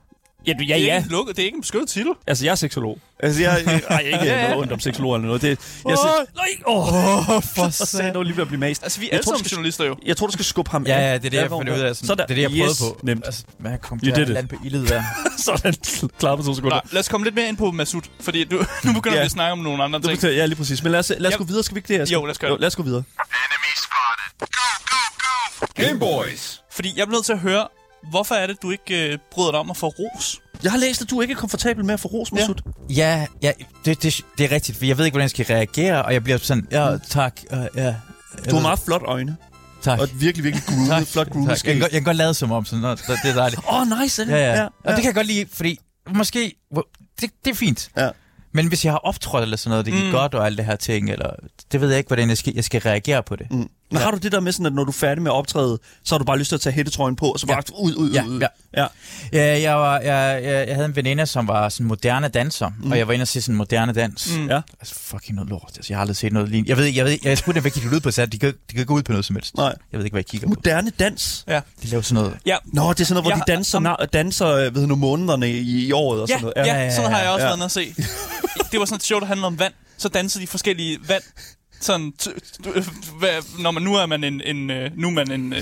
B: Ja, ja,
C: Det er,
B: ja.
C: ikke en lukket, det er ikke en beskyttet titel.
B: Altså, jeg er seksolog. Altså, jeg, jeg, jeg ikke
C: Ja, ja.
B: noget ondt om seksologer eller noget. Det, jeg,
C: Åh,
B: nej, åh, oh, for satan.
D: satan.
B: Jeg lige ved at blive mast.
C: Altså, vi er
B: Jeg
C: alle
B: tror, du
C: sammen
B: skal-
C: journalister jo.
B: Jeg tror, du skal skubbe ham
D: Ja,
B: af.
D: ja, det er det, jeg
B: hvor
D: fandt ud af. Sådan,
B: Sådan.
D: det er det, jeg
B: yes.
D: prøvede på.
B: Nemt.
D: Altså, hvad kom
B: You
D: der
B: did it.
D: land på ildet der?
B: Sådan. Klar på to sekunder.
C: Nej, lad os komme lidt mere ind på Masud, fordi du, nu begynder
B: Ja.
C: vi at snakke om nogle andre ting.
B: Det betyder, ja, lige præcis. Men lad os, lad os
C: Jeg-
B: gå videre. Skal vi ikke det? Asger?
C: Jo, lad os gøre det.
B: lad os gå videre.
A: Game Boys.
C: Fordi jeg bliver nødt til at høre, hvorfor er det, du ikke øh, bryder dig om at få ros?
B: Jeg har læst, at du ikke er komfortabel med at få ros, Masud.
D: Ja, ja det, det, det er rigtigt, for jeg ved ikke, hvordan jeg skal reagere, og jeg bliver sådan, ja, tak, øh, ja. Jeg
B: Du har
D: ved-
B: meget flot øjne.
D: Tak.
B: Og et virkelig, virkelig groovet, flot groovet
D: tak. Jeg,
B: skæg.
D: kan, godt- jeg kan godt lade som om, sådan, nå, det, det er dejligt.
B: Åh, oh, nice. er det?
D: Ja, ja.
B: Mm. ja.
D: ja. Og det kan jeg godt lide, fordi måske, hvor- det, det er fint.
B: Ja.
D: Men hvis jeg har optrådt eller sådan noget, det gik
C: Mm.
D: mm. godt og alt det her ting, eller det ved jeg ikke, hvordan jeg skal, jeg skal reagere på det.
B: Mm. Men har du det der med sådan, at når du er færdig med at optræde, så har du bare lyst til at tage hættetrøjen på, og så bare ud, ud,
D: Ja,
B: ud, ud.
D: ja.
B: ja.
D: Ja, jeg, var, jeg, jeg, jeg havde en veninde, som var sådan moderne danser, mm. og jeg var inde og se sådan moderne dans.
C: Mm.
D: Mm.
B: Ja.
D: Altså, fucking noget lort. Altså, jeg har aldrig set noget lignende. Jeg ved ikke, jeg, ved, ikke- jeg spurgte dem, hvad kigger de ud på, så de kan, de kan gå ud på noget som helst.
B: Nej.
D: Jeg ved ikke, hvad jeg kigger på.
B: Moderne dans.
C: Ja.
D: De laver sådan noget.
C: Ja,
B: Nå, det er sådan noget, hvor
C: Jeg
B: de
C: har-
B: danser, na- danser øh, ved nu, månederne i, i året og
C: ja,
B: sådan noget.
C: ja, ja,
D: ja,
C: sådan har jeg også
B: ja.
C: været nede at se. Det var sådan et show, der handlede om vand. Så dansede de forskellige vand. Sådan, t- t- hvad, når man nu er man en, en øh, nu er man en, øh,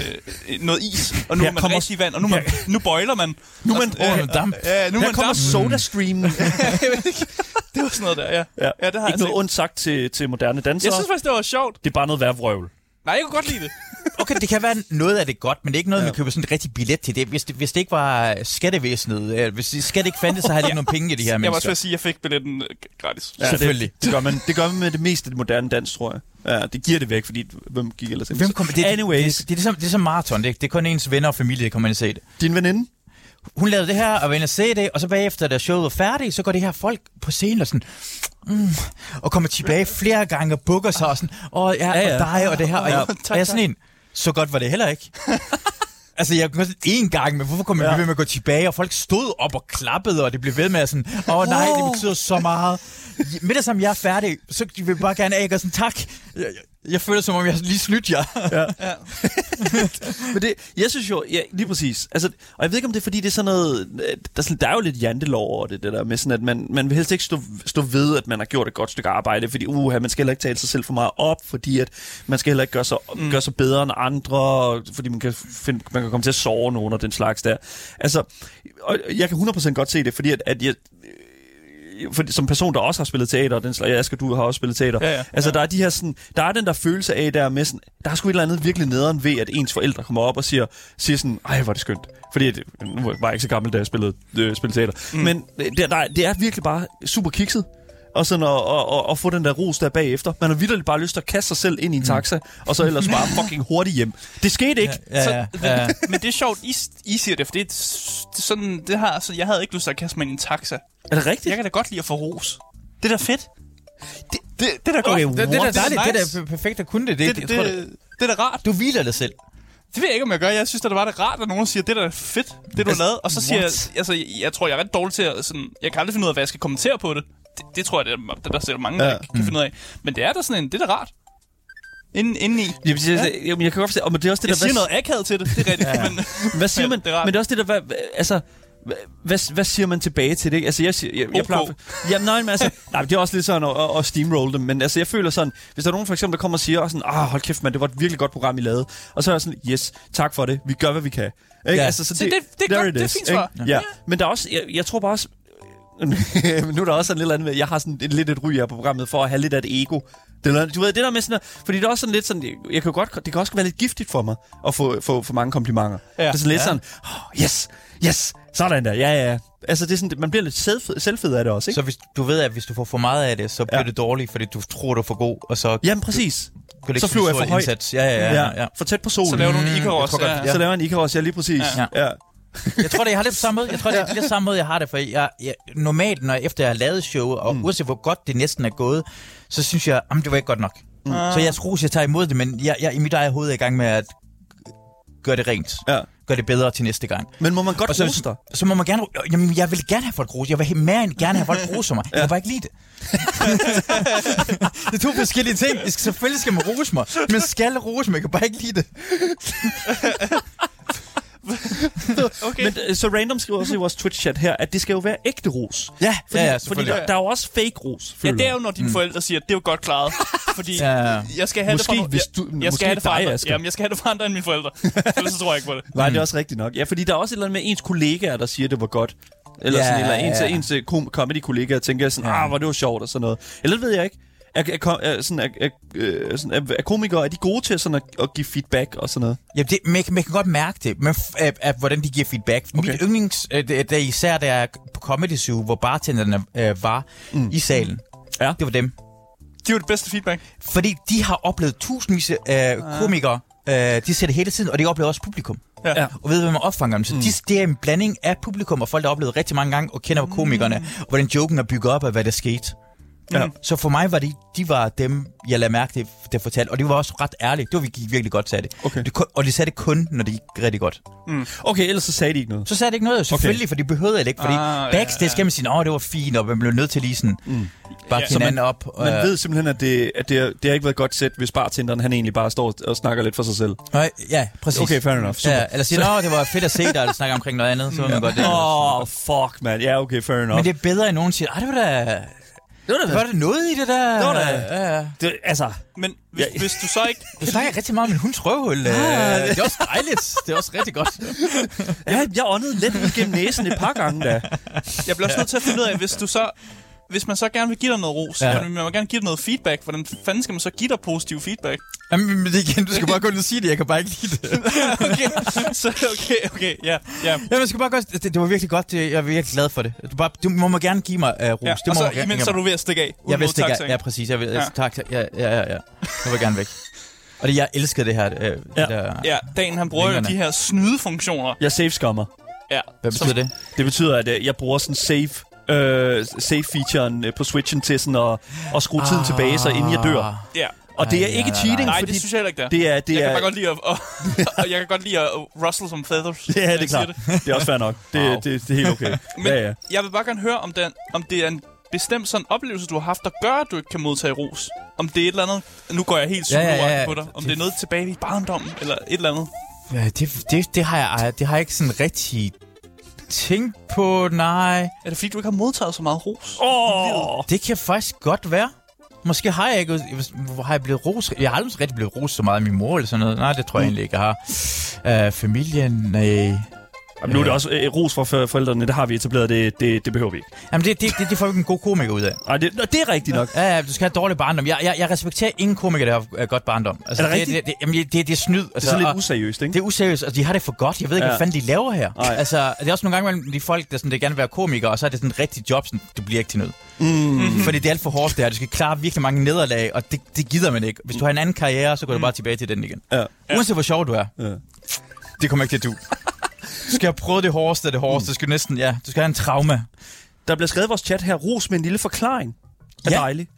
C: noget is, og nu
B: Her
C: er man
B: kommer-
C: rigtig vand, og nu, er man, nu bøjler man.
B: Nu er man-
C: Og-
D: Åh, noget damp.
C: Ja, nu er
B: Her
C: man
B: kommer
C: Altså,
B: Soda
C: kommer
B: Stream.
C: Det var sådan noget der, ja.
B: ja.
C: Ja, det har jeg
B: Ikke noget
C: set.
B: ondt sagt til, til moderne dansere.
C: Jeg synes faktisk, det var sjovt.
B: det er bare noget værvrøvl.
C: Nej, jeg kunne godt lide det.
D: Okay, det kan være noget af det godt, men det er ikke noget,
B: Ja.
D: ja. man køber sådan en rigtig billet til. Det, hvis, det, hvis det ikke var skattevæsenet, øh, hvis skat ikke fandtes, så havde de nogle penge i de her
C: Jeg var også
D: mennesker.
C: ved at sige, at jeg fik billetten øh, gratis.
B: Ja,
D: Selvfølgelig.
B: Det, det, gør man, det gør man med det meste af det moderne dans, tror jeg. Ja, det giver det væk, fordi hvem gik ellers ind?
D: Hvem kommer, det,
B: Anyways,
D: det, det, det, er ligesom, det er som maraton. Det, det er kun ens venner og familie, der kommer ind og se det.
B: din veninde?
D: Hun lavede det her, og var inde og se det, og så bagefter, da showet var færdigt, så går de her folk på scenen og sådan... Mm, og kommer tilbage flere gange og bukker sig og sådan... Åh, ja,
B: Ja,
D: ja,
B: ja.
D: ja. og dig og det her. Og, jeg,
C: tak,
D: og jeg er sådan en... Så godt var det heller ikke. Altså, jeg kunne sådan en gang, men hvorfor kom man
B: Ja.
D: ja. ved med at gå tilbage? Og folk stod op og klappede, og det blev ved med at sådan, åh oh, nej, det betyder så meget. Med det samme, jeg er færdig, så de vil bare gerne af, og sådan, tak. Jeg, jeg, jeg føler, som om jeg har lige snydt jer.
B: Men det, jeg synes jo, ja, lige præcis. Altså, og jeg ved ikke, om det er, fordi det er sådan noget... øh, Der, er sådan, der er jo lidt jantelov over det, det der med sådan, at man, man vil helst ikke stå, stå ved, at man har gjort et godt stykke arbejde, fordi uha, man skal heller ikke tale sig selv for meget op, fordi at man skal heller ikke gøre sig, mm. gøre sig bedre end andre, og fordi man kan, finde, man kan komme til at sove nogen og den slags der. Altså, og jeg kan 100% godt se det, fordi at, at jeg, for, som person, der også har spillet teater, og den slags, ja, Asger, du har også spillet teater.
C: Ja, ja,
B: altså,
C: ja.
B: der er de her sådan, der er den der følelse af, der er med sådan, der er sgu et eller andet virkelig nederen ved, at ens forældre kommer op og siger, siger sådan, ej, hvor er det skønt. Fordi at, nu var jeg ikke så gammel, da jeg spillede, øh, spillede teater. Mm. Men øh, det, der, er- det er virkelig bare super kikset. Og sådan at, at, at, at få den der ros der bagefter. Man har vidderligt bare lyst til at kaste sig selv ind i en taxa, og så ellers bare fucking hurtigt hjem. Det skete ikke. Ja,
D: Ja, ja, ja.
C: Men det er sjovt, I, I siger det, for det er s- det er sådan, det har, så jeg havde ikke lyst til at kaste mig ind i en taxa.
B: Er det rigtigt?
C: Jeg kan da godt lide at få ros. Det er da fedt. Det, det, det er da godt.
B: Okay,
D: Det, det, er
B: what?
D: da dejligt,
C: nice.
D: det er da per- perfekt at kunne det.
C: det,
D: det,
C: det,
D: jeg tror, det,
C: det, det, er da rart.
D: du hviler dig selv.
C: Det ved jeg ikke, om jeg gør. Jeg synes, at det var da rart, at nogen siger, det er da fedt, det du har
D: Altså,
C: lavet. Og så siger
D: what?
C: jeg, altså, jeg, jeg tror, jeg er ret dårlig til at, sådan, jeg kan aldrig finde ud af, hvad jeg skal kommentere på det. Det, det tror jeg, det er, der, der sidder mange, der
B: Ja.
C: ikke kan finde ud af. Men det er da sådan en, det er da rart. Inden, indeni. Jeg
B: Jamen, jeg, jeg, jeg kan godt forstå, og men det er også det, der...
C: siger noget akavet til det, det er rigtigt. ja, ja. Men,
B: Hvad siger man?
C: Det er rart.
B: men det er også det der, hvad, hvad- altså, hvad- hvad, hvad siger man tilbage til det? ikke? Altså, jeg, siger, jeg, jeg
C: OK.
B: plejer... Jamen, nej, men altså, nej, men det er også lidt sådan at, at, at steamroll dem, men altså, jeg føler sådan, hvis der er nogen for eksempel, der kommer og siger, sådan, ah, hold kæft, mand, det var et virkelig godt program, I lavede, og så er jeg sådan, yes, tak for det, vi gør, hvad vi kan. Ikke? Altså,
D: Ja.
B: så
C: Se, det- det er
B: there
C: godt,
B: it
C: det er
B: is,
C: fint
B: ikke?
C: svar.
B: Ja. ja, men der er også, jeg, jeg tror bare også, Men nu er der også sådan lidt andet med, jeg har sådan et, lidt et ry her på programmet for at have lidt af et ego. Det, er- du ved, det der med sådan noget, fordi det er også sådan lidt sådan, jeg, jeg kan jo godt, det kan også være lidt giftigt for mig at få, få, få mange komplimenter. Ja. Det er sådan lidt ja. sådan, oh, yes, yes, sådan der, ja, ja, Altså, det er sådan, man bliver lidt selvfed, selvfed af det også, ikke?
D: Så hvis, du ved, at hvis du får for meget af det, så bliver
B: Ja.
D: ja. det dårligt, fordi du tror, du er for god, og så
B: Jamen, præcis.
D: kan du
B: så
D: give
B: flyver jeg
D: stor
B: for højt.
D: indsats. Ja, ja, ja. ja. ja.
B: For tæt på solen.
C: Så laver du en
D: jeg
C: Icarus.
D: tror godt,
C: Ja.
B: ja. Så laver en Icarus, ja, lige præcis.
D: Ja.
B: ja.
D: Jeg tror, det, jeg har lidt på samme måde. Jeg tror, det er lidt samme måde, jeg har det, for jeg, jeg, normalt, når jeg, efter jeg har lavet showet, og mm. uanset hvor godt det næsten er gået, så synes jeg, at det var ikke godt nok. Mm. Så jeg tror, jeg tager imod det, men jeg, jeg, i mit eget hoved er jeg i gang med at gøre det rent.
B: Ja.
D: Gør det bedre til næste gang.
B: Men må man godt
D: Og så,
B: rose dig?
D: så, så må man gerne... øh, Jamen, jeg vil gerne have folk rose. Jeg vil he- mere end gerne have folk rose mig. Jeg kan bare ikke lide det. det er to forskellige ting. Jeg skal, selvfølgelig skal man rose mig. Man skal rose mig. Jeg kan bare ikke lide det.
B: Okay. Men øh, så Random skriver også i vores Twitch-chat her, at det skal jo være ægte ros.
D: Ja,
B: Fordi,
D: ja, ja
B: fordi
D: selvfølgelig.
B: der, der er jo også fake ros,
C: Ja,
B: føler
C: det er
B: jeg.
C: jo, når dine mm. forældre siger, at det er jo godt klaret. Fordi
D: Ja, ja.
C: jeg skal have
B: Måske
C: det fra...
B: hvis du-
C: jeg, jeg
B: måske
C: skal have det fra
B: dig,
C: andre.
B: Asger.
C: Jamen, jeg skal have det fra andre end mine forældre. Ellers så tror jeg ikke på det.
B: Nej, det
D: Mm.
B: er også rigtigt nok. Ja, fordi der er også et eller andet med ens kollegaer, der siger, at det var godt. Eller,
D: Ja,
B: sådan, eller ens,
D: ja.
B: ens øh, kom- comedy-kollegaer tænker sådan, ah, hvor det var sjovt og sådan noget. Eller det ved jeg ikke. Er, er, kom- er, sådan, er, er, øh, sådan, er, er komikere, er de gode til sådan at, at give feedback og sådan noget?
D: Ja, det, man, kan- man kan godt mærke det, men f- at, at, hvordan de giver feedback. Okay. Mit yndlings, øh, det, det er især der er på Comedy Zoo, hvor bartenderne øh, var mm. i salen.
B: Ja.
D: Det var dem.
C: Det er jo det bedste feedback.
D: Fordi de har oplevet tusindvis af øh,
C: Ah.
D: komikere. Øh, de ser det hele tiden, og de oplever også publikum.
C: Ja.
D: Og ved, hvad man opfanger dem. Så mm. de, det er en blanding af publikum og folk, der har oplevet rigtig mange gange og kender
C: Mm.
D: komikerne, og hvordan joken er bygget op af, hvad der skete. Ja. Så for mig var det, de var dem, jeg lagde mærke til, der fortalte. Og det var også ret ærligt. Det var, vi gik virkelig godt til det.
B: Okay.
D: det. kun- Og de sagde det kun, når det gik rigtig godt.
B: Okay, ellers så sagde de ikke noget.
D: Så sagde det ikke noget, selvfølgelig, okay. for de behøvede det ikke. Fordi
C: Ah,
D: ah,
C: ja,
D: backstage
C: ja.
D: skal man sige, åh, det var fint, og man blev nødt til lige sådan, mm. bare
C: Ja.
D: ja.
C: Så man-
D: hinanden op. og-
B: Man ved simpelthen, at det, at det, er, det har ikke været godt sæt, hvis bartenderen han egentlig bare står og snakker lidt for sig selv.
D: Nej, ja, præcis.
B: Okay, fair enough. Super.
D: Ja, eller siger, nå, det var fedt at se dig, eller snakke omkring noget andet, så ved man godt det.
B: Åh, oh, fuck, man. Ja, okay, fair enough.
D: Men det er bedre end nogen siger, ej, det var da... Det var da... Var der noget i det der?
B: Det var da-
D: Ja, ja.
B: det, altså,
C: Men hvis,
B: Ja.
C: hvis du så ikke...
D: Du snakker rigtig meget om en hunds røvhul. øh. Det er også dejligt. Det er også rigtig godt.
B: ja, jeg åndede lidt ud gennem næsen et par gange da.
C: Jeg bliver også nødt til at finde ud af, hvis du så... Hvis man så gerne vil give dig noget ros,
D: Ja.
C: ja. men man vil gerne give dig noget feedback, hvordan fanden skal man så give dig positiv feedback?
D: Jamen, men det igen, du skal bare gå ud og sige det. Jeg kan bare ikke lide det.
C: Okay, så okay, okay, ja, ja.
D: Jamen, jeg skal bare gå... Det, det var virkelig godt. Det, jeg er virkelig glad for det. Du, bare, du må, må gerne give mig uh, ros.
C: ja.
D: det må
C: Og så,
D: jeg,
C: imens så er du ved at stikke af. ud
D: Jeg
C: mod
D: vidste ikke,
C: taxaen.
D: ja, præcis. Jeg vil,
C: Ja.
D: ja. Tak, tak. ja, ja, ja, ja. Jeg vil gerne væk. Og det, jeg elskede det her. Øh, ja. det der,
C: Ja, Dan han bruger jo
D: Længerne.
C: de her snydefunktioner.
B: Jeg safe-skammer.
C: Ja.
D: Hvad betyder det?
B: Det betyder, at øh, jeg bruger sådan save øh, save-featuren øh, på Switchen til sådan at, at skrue tiden tilbage, så inden jeg dør.
C: Ja.
B: Og det er
D: Ej,
B: ikke
D: nej, nej,
B: cheating,
C: Ah. Nej,
B: fordi
C: det synes jeg heller ikke, det er.
B: det er... Det
C: jeg
B: er
C: kan bare godt lide at, og, og jeg kan godt lide at rustle som feathers. når
B: ja,
C: jeg
B: det er
C: siger
B: klart. Det. er også fair nok. Det,
D: Wow.
B: det, det, det er helt okay.
C: Men
B: ja, ja.
C: jeg vil bare gerne høre, om, den, om det er en bestemt sådan oplevelse, du har haft, der gør, at du ikke kan modtage ros. Om det er et eller andet... Nu går jeg helt super ja, ja, ja. på dig. Om det er noget tilbage i barndommen, eller et eller andet.
D: Ja, det, det, det, har jeg, ej, det har jeg ikke sådan rigtig tænkt på, nej.
C: Er det fordi, du ikke har modtaget så meget ros?
B: Åh!
D: Det kan faktisk godt være. Måske har jeg ikke... Hvor har jeg blevet ros? Jeg har aldrig rigtig blevet ros så meget af min mor eller sådan noget. Nej, det
B: Mm.
D: tror jeg egentlig ikke, jeg har. Øh, familien, nej.
B: Jamen, nu er det også øh, ros fra for- forældrene. Det har vi etableret. Det, det, det behøver vi ikke.
D: Jamen, det, det, det, det får jo ikke en god komiker ud af.
B: Ej, det, nå, det er rigtigt nok.
D: Ja, ja, du skal have dårlig barndom. Jeg, jeg, jeg respekterer ingen komiker, der har øh, godt barndom. Altså,
B: Er det
D: det,
B: rigtigt?
D: det, det, jamen, det, det er snyd. Altså,
B: Det er sådan
D: og-
B: lidt useriøst, ikke?
D: Det er useriøst, og de har det for godt. Jeg ved ikke,
B: Ja.
D: ja. hvad fanden de laver her.
B: Nej.
D: Altså, det er også nogle gange mellem de folk, der, sådan, der gerne vil være komikere, og så er det sådan et rigtigt job, sådan, det bliver ikke til noget. Mm. Fordi det er alt for hårdt, det her. Du skal klare virkelig mange nederlag, og det, det gider man ikke. Hvis du har en anden karriere, så går du bare tilbage til den igen.
B: Mm. Ja.
D: Uanset hvor sjov du er.
B: Ja.
D: Det kommer ikke til at du. Du skal have prøvet det hårdeste af det hårdeste. Du skal næsten, ja, du skal have en trauma.
B: Der bliver skrevet i vores chat her, ros med en lille forklaring. Er ja.
D: Ja.
B: dejligt.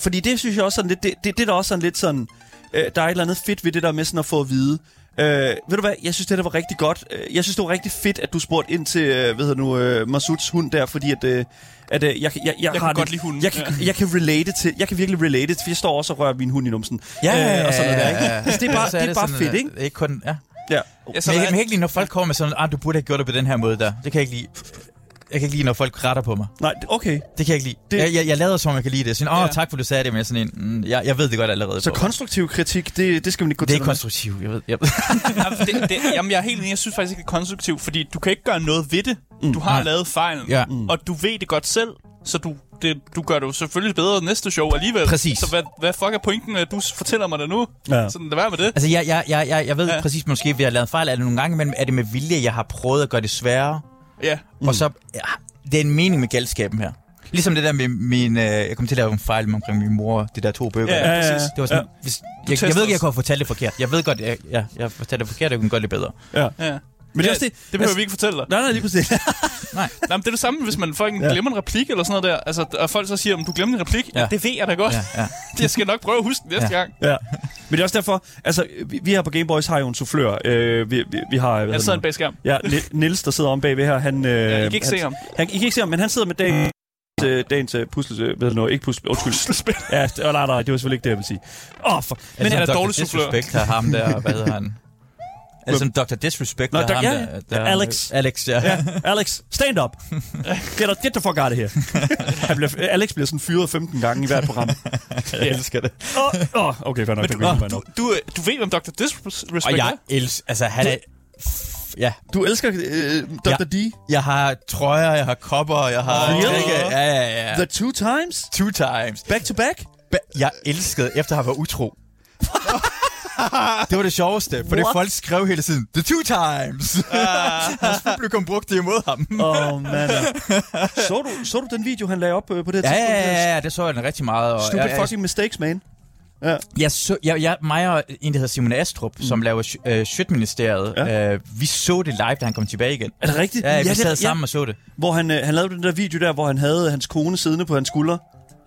B: Fordi det synes jeg også sådan lidt, det, det, det der også sådan lidt sådan, øh, der er et eller andet fedt ved det der med sådan at få at vide, øh, ved du hvad, jeg synes det der var rigtig godt, Øh, jeg synes det var rigtig fedt, at du spurgte ind til, øh, ved du nu, øh, Masuds hund der, fordi at, øh, at øh, jeg, jeg, jeg, jeg har
C: kan
B: det-
C: godt lide hunden.
B: Jeg kan,
C: Ja.
B: jeg kan relate til, jeg kan virkelig relate til, for jeg står også og rører min hund i numsen. og sådan noget der, ikke? Altså, det er bare,
D: Så
B: det er bare
D: sådan,
B: fedt,
D: øh,
B: ikke?
D: Ikke kun, ja.
B: Ja.
C: Ja,
D: Så
C: er-
D: men, jeg, men jeg kan ikke lide, når folk kommer med sådan, ah, du burde have gjort det på den her måde der. Det kan jeg ikke lide. Jeg kan ikke lide, når folk retter på mig.
B: Nej, okay.
D: Det kan jeg ikke lide.
B: Det-
D: Det... Jeg, jeg, jeg lader som, om jeg kan lide det. Jeg siger, åh,
C: Ja.
D: ja. tak for, du sagde det, men jeg er sådan en, mm, jeg, jeg ved det godt allerede.
B: Så
D: Bro."
B: konstruktiv kritik, det, det skal man ikke gå
D: det er
B: til.
D: ikke konstruktivt, jeg ved. Jeg...
C: Ja, det, det, jamen, jeg er helt enig. Jeg synes faktisk ikke, det er konstruktivt, fordi du kan ikke gøre noget ved det. Du har
D: Nej.
C: lavet fejlen,
D: Ja.
C: og du ved det godt selv, så du, det, du gør det jo selvfølgelig bedre næste show alligevel.
D: Præcis.
C: Så hvad, hvad fuck er pointen, med, at du s- fortæller mig det nu?
B: Ja.
C: Sådan, lad være med det.
D: altså, jeg, jeg, jeg, jeg, jeg ved
C: Ja.
D: ja. præcis måske, at vi har lavet en fejl. Er det nogle gange imellem, er det med vilje, jeg har prøvet at gøre det sværere?
C: Ja.
D: Mm. Og så ja, det er en mening med galskaben her. Ligesom det der med min... Øh, jeg kom til at lave en fejl med omkring min mor, og de der to bøger.
C: Ja, ja, præcis.
D: Det var sådan, ja. hvis, jeg, jeg, ved
C: testede
D: ikke, jeg
C: os.
D: kunne have fortalt det forkert. Jeg ved godt, jeg, jeg, jeg fortalte det forkert, jeg kunne gøre det bedre.
B: Ja.
C: Ja.
B: Men det er
C: Ja,
B: også det-
C: det behøver
B: altså-
C: vi ikke fortælle dig.
B: Nej, nej, lige præcis.
D: Nej.
C: Nej, men det er det samme, hvis man fucking ja. glemmer en replik eller sådan noget der. Altså, og folk så siger, om du glemte en replik. Ja.
D: Ja.
C: Det ved jeg da godt.
D: Ja, ja.
C: jeg skal nok prøve at huske den næste ja.
D: Ja.
C: gang.
B: ja. Men det er også derfor, altså, vi, vi her på Game Boys har jo en soufflør. Øh, vi, vi, vi har... hvad hedder
C: Jeg sidder Altså, en
B: det nu?
C: bag skærm.
B: Ja, Ni- Niels, der sidder om bagved her, han... Øh, ja,
C: I kan ikke
B: han,
C: se ham.
B: Han, I kan ikke se ham, men han sidder med dagens, øh, dagens øh, pusle... Øh, ved du noget, ikke pusle... Undskyld.
C: Puslespil.
B: Ja, det- åh, nej, nej, det var selvfølgelig ikke det, jeg ville sige. Åh, oh, for...
D: Men
C: han er
D: er
C: dårlig
D: dårlig
C: soufflør.
D: Altså, disrespect har ham der, hvad hedder han? Altså som Dr. Disrespect
B: Nå,
D: har
B: Dr.
D: ham
B: Ja,
D: der,
B: ja.
D: der.
B: Alex.
D: Alex, ja.
B: Ja, Alex, stand up. Get, get the fuck out of here. Han bliver, Alex bliver sådan fyret 15 gange i hvert program.
D: Jeg elsker det.
B: Åh, oh, okay, fair nok. det kan vi ikke
C: Du,
B: være
C: du, øh, du ved, hvem Dr. Disrespect
D: Og
C: er?
D: jeg elsker, altså han er... Ja,
B: nu. du elsker øh, Dr.
D: Ja.
B: D.
D: jeg har trøjer, jeg har kopper, jeg har...
B: Really?
D: drikke. Ja, ja, ja.
B: The two times?
D: Two times.
B: Back to back?
D: Ba- Jeg elskede, efter han var utro. det var det sjoveste, for det
B: What?
D: folk skrev hele tiden, the two times. Hans publikum brugte det imod ham.
B: Åh, oh, mand. Så du, så du den video, han lagde op øh, på det her
D: Ja,
B: tidspunkt?
D: ja, ja, ja, det så jeg den rigtig meget. Og
B: Stupid
D: jeg, jeg,
B: fucking mistakes, man.
D: Jeg, så, jeg, jeg, mig og en, der hedder Simon Astrup, mm. som laver Sch- øh, Sjøtministeriet,
B: Ja.
D: ja. øh, vi så det live, da han kom tilbage igen.
B: Er det rigtigt?
D: Ja, vi
B: det-
D: sad sammen og så det.
B: Hvor han, øh, han lavede den der video der, hvor han havde hans kone siddende på hans skulder.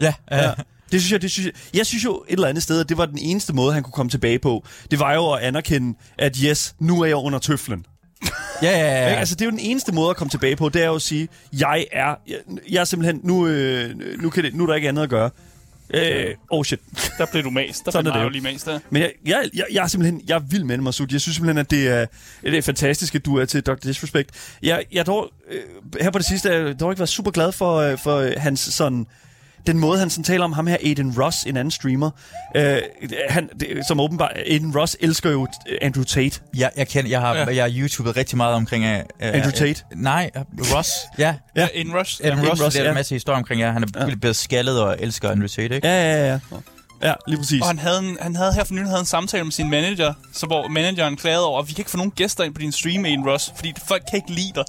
D: Ja,
B: Ja. Det synes jeg, det synes jeg. Jeg synes jo et eller andet sted, at det var den eneste måde, han kunne komme tilbage på. Det var jo at anerkende, at yes, nu er jeg under tøflen.
D: ja, ja.
B: Ja.
D: ja.
B: Ikke? Altså, det er jo den eneste måde at komme tilbage på, det er jo at sige, jeg er, jeg, jeg er simpelthen, nu, øh, nu, kan det, nu er der ikke andet at gøre. Øh, oh shit.
C: Der blev du mast. Der
B: Sådan
C: blev
B: er det jo.
C: du lige mast der.
B: Men jeg, jeg, jeg, jeg er simpelthen jeg er vild med Animal Suit. Jeg synes simpelthen, at det er, det er fantastisk, at du er til Dr. Disrespect. Jeg, jeg har dog, øh, her på det sidste, jeg har dog ikke været super glad for, øh, for øh, hans sådan... Den måde, han sådan taler om ham her, Aiden Ross, en anden streamer, øh, han, det, som åbenbart, Aiden Ross elsker jo øh, Andrew Tate.
D: Jeg, jeg, kender, jeg har,
C: Ja.
D: ja. jeg har YouTubet rigtig meget omkring... Øh,
B: Andrew Tate?
D: Øh, nej, øh, Ross. ja.
C: Ja. In Rush.
D: Adam Ross,
B: Ross,
D: Ross, der er
B: ja.
D: en masse historier omkring jer. Han er ja. blevet skaldet og elsker Andrew Tate, ikke?
B: Ja, ja, ja. Ja, lige præcis.
C: Og han havde, en, han havde her for nylig havde en samtale med sin manager, så hvor manageren klagede over, at vi kan ikke få nogen gæster ind på din stream, Aiden Ross, fordi folk kan ikke lide dig.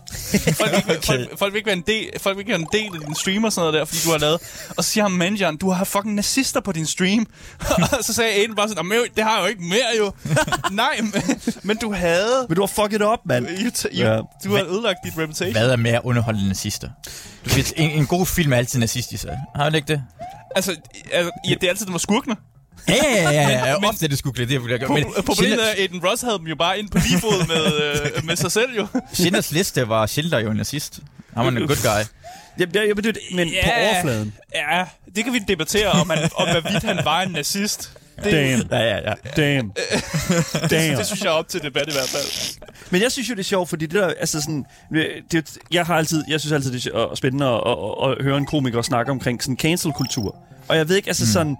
C: Folk vil ikke, folk, folk vil ikke, være, en del, folk vil ikke være en del af din stream og sådan noget der, fordi du har lavet. Og så siger ham manageren, du har fucking nazister på din stream. og så sagde Aiden bare sådan, "Nå, men det har jeg jo ikke mere jo. Nej, men, men du havde...
B: Men du har fucket op, mand.
C: You t- you,
B: Ja.
C: Du har ødelagt dit reputation.
D: Hvad er mere underholdende nazister? Du ved, en, en god film er altid nazistisk. øh. Har du ikke det?
C: Altså, altså ja, det er altid, det var skurkene.
D: Ja, ja, ja. ja.
C: Men-
D: Ofte er det sgu det, jeg gøre. Men
C: Pro- Problemet er, at Aiden Ross havde dem jo bare ind på lige fod med, øh, med sig selv jo.
D: Schindlers liste var Schindler jo en nazist. Han var en good guy.
B: Jamen, jeg, jeg, men det, men yeah. på overfladen.
C: Ja, det kan vi debattere, om, han, om hvorvidt han var en nazist. Det,
B: Damn.
D: Ja, ja, ja.
B: Damn. Damn.
C: det synes jeg er op til debat i hvert fald.
B: Men jeg synes jo, det er sjovt, fordi det der, altså sådan, øh, det, jeg har altid, jeg synes altid, det er sj- og- og spændende at, at, at, at høre en komiker snakke omkring sådan cancel-kultur. Og jeg ved ikke, altså mm. sådan,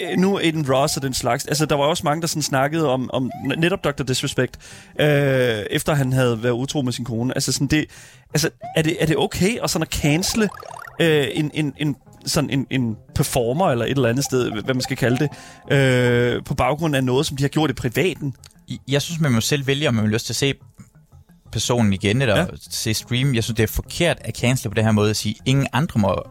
B: øh, nu Aiden Ross og den slags, altså der var også mange, der sådan snakkede om, om n- netop Dr. Disrespect, øh, efter han havde været utro med sin kone. Altså sådan det, altså er det, er det okay at sådan at cancele øh, en, en, en sådan en, en performer eller et eller andet sted, hvad man skal kalde det, øh, på baggrund af noget, som de har gjort i privaten.
D: Jeg synes, man må selv vælge, om man vil lyst til at se personen igen, eller
B: Ja.
D: ja. se stream. Jeg synes, det er forkert at cancele på den her måde at sige, ingen andre må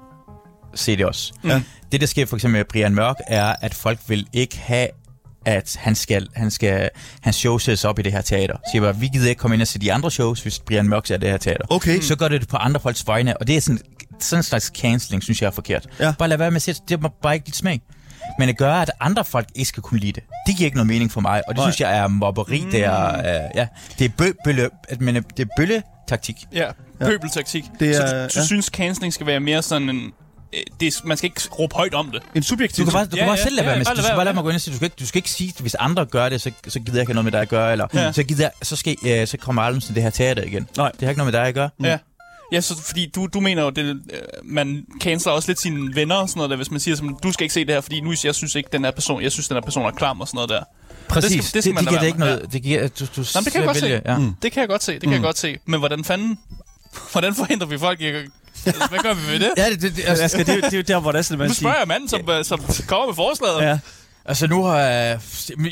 D: se det også.
B: Ja.
D: Det, der sker for eksempel med Brian Mørk, er, at folk vil ikke have at han skal, han skal, hans show sættes op i det her teater. Så jeg bare, vi gider ikke komme ind og se de andre shows, hvis Brian Mørk ser det her teater.
B: Okay.
D: Så gør det det på andre folks vegne, og det er sådan, sådan en slags canceling, synes jeg er forkert.
B: Ja.
D: Bare lad være med at se, det. det er bare ikke dit smag. Men at gøre, at andre folk ikke skal kunne lide det, det giver ikke noget mening for mig, og det
B: Nej.
D: synes jeg er mobberi, mm. det er, øh, ja, det er bø, bølle, at, men, øh, det er bølletaktik.
C: Ja, pøbeltaktik.
B: Det
C: så
B: er-
C: du, du
B: ja.
C: synes, canceling skal være mere sådan en... øh, Det, er- man skal ikke råbe højt om det.
B: En subjektiv
D: Du kan bare, du
C: Ja,
D: kan bare
C: ja,
D: selv lade
C: ja,
D: være med,
C: bare
D: du
C: lad
D: skal
C: være.
D: bare lade mig gå ind og sige, du skal ikke, du skal ikke sige, hvis andre gør det, så, så gider jeg ikke have noget med dig at gøre, eller
C: Ja.
D: ja. så, gider, jeg- så, skal, øh, så kommer jeg aldrig til det her teater igen.
B: Nej.
D: Det har ikke noget med dig at gøre.
C: Mm. Ja. Ja, så, fordi du, du mener jo, det, øh, man canceler også lidt sine venner og sådan noget der, hvis man siger, som, du skal ikke se det her, fordi nu jeg synes ikke, den her person, jeg synes, den her person er klam og sådan noget der.
D: Præcis,
C: det skal
D: det, skal,
C: man
D: det, det,
C: lade
D: det giver
C: være
D: det ikke
C: med.
D: noget, det giver, du, du
C: Nå, men det kan jeg godt se.
D: Ja.
C: Mm. Det kan jeg godt se, det kan mm. jeg godt se. Men hvordan fanden... Hvordan forhindrer vi folk i at... Altså, Hvad gør vi ved det?
D: Ja, det, det, det, altså,
B: Altså, det, er jo- det er jo der, hvor det er sådan, man
C: Nu
B: siger...
C: spørger jeg manden, som, øh, som kommer med forslaget.
B: Ja.
D: Altså nu har jeg,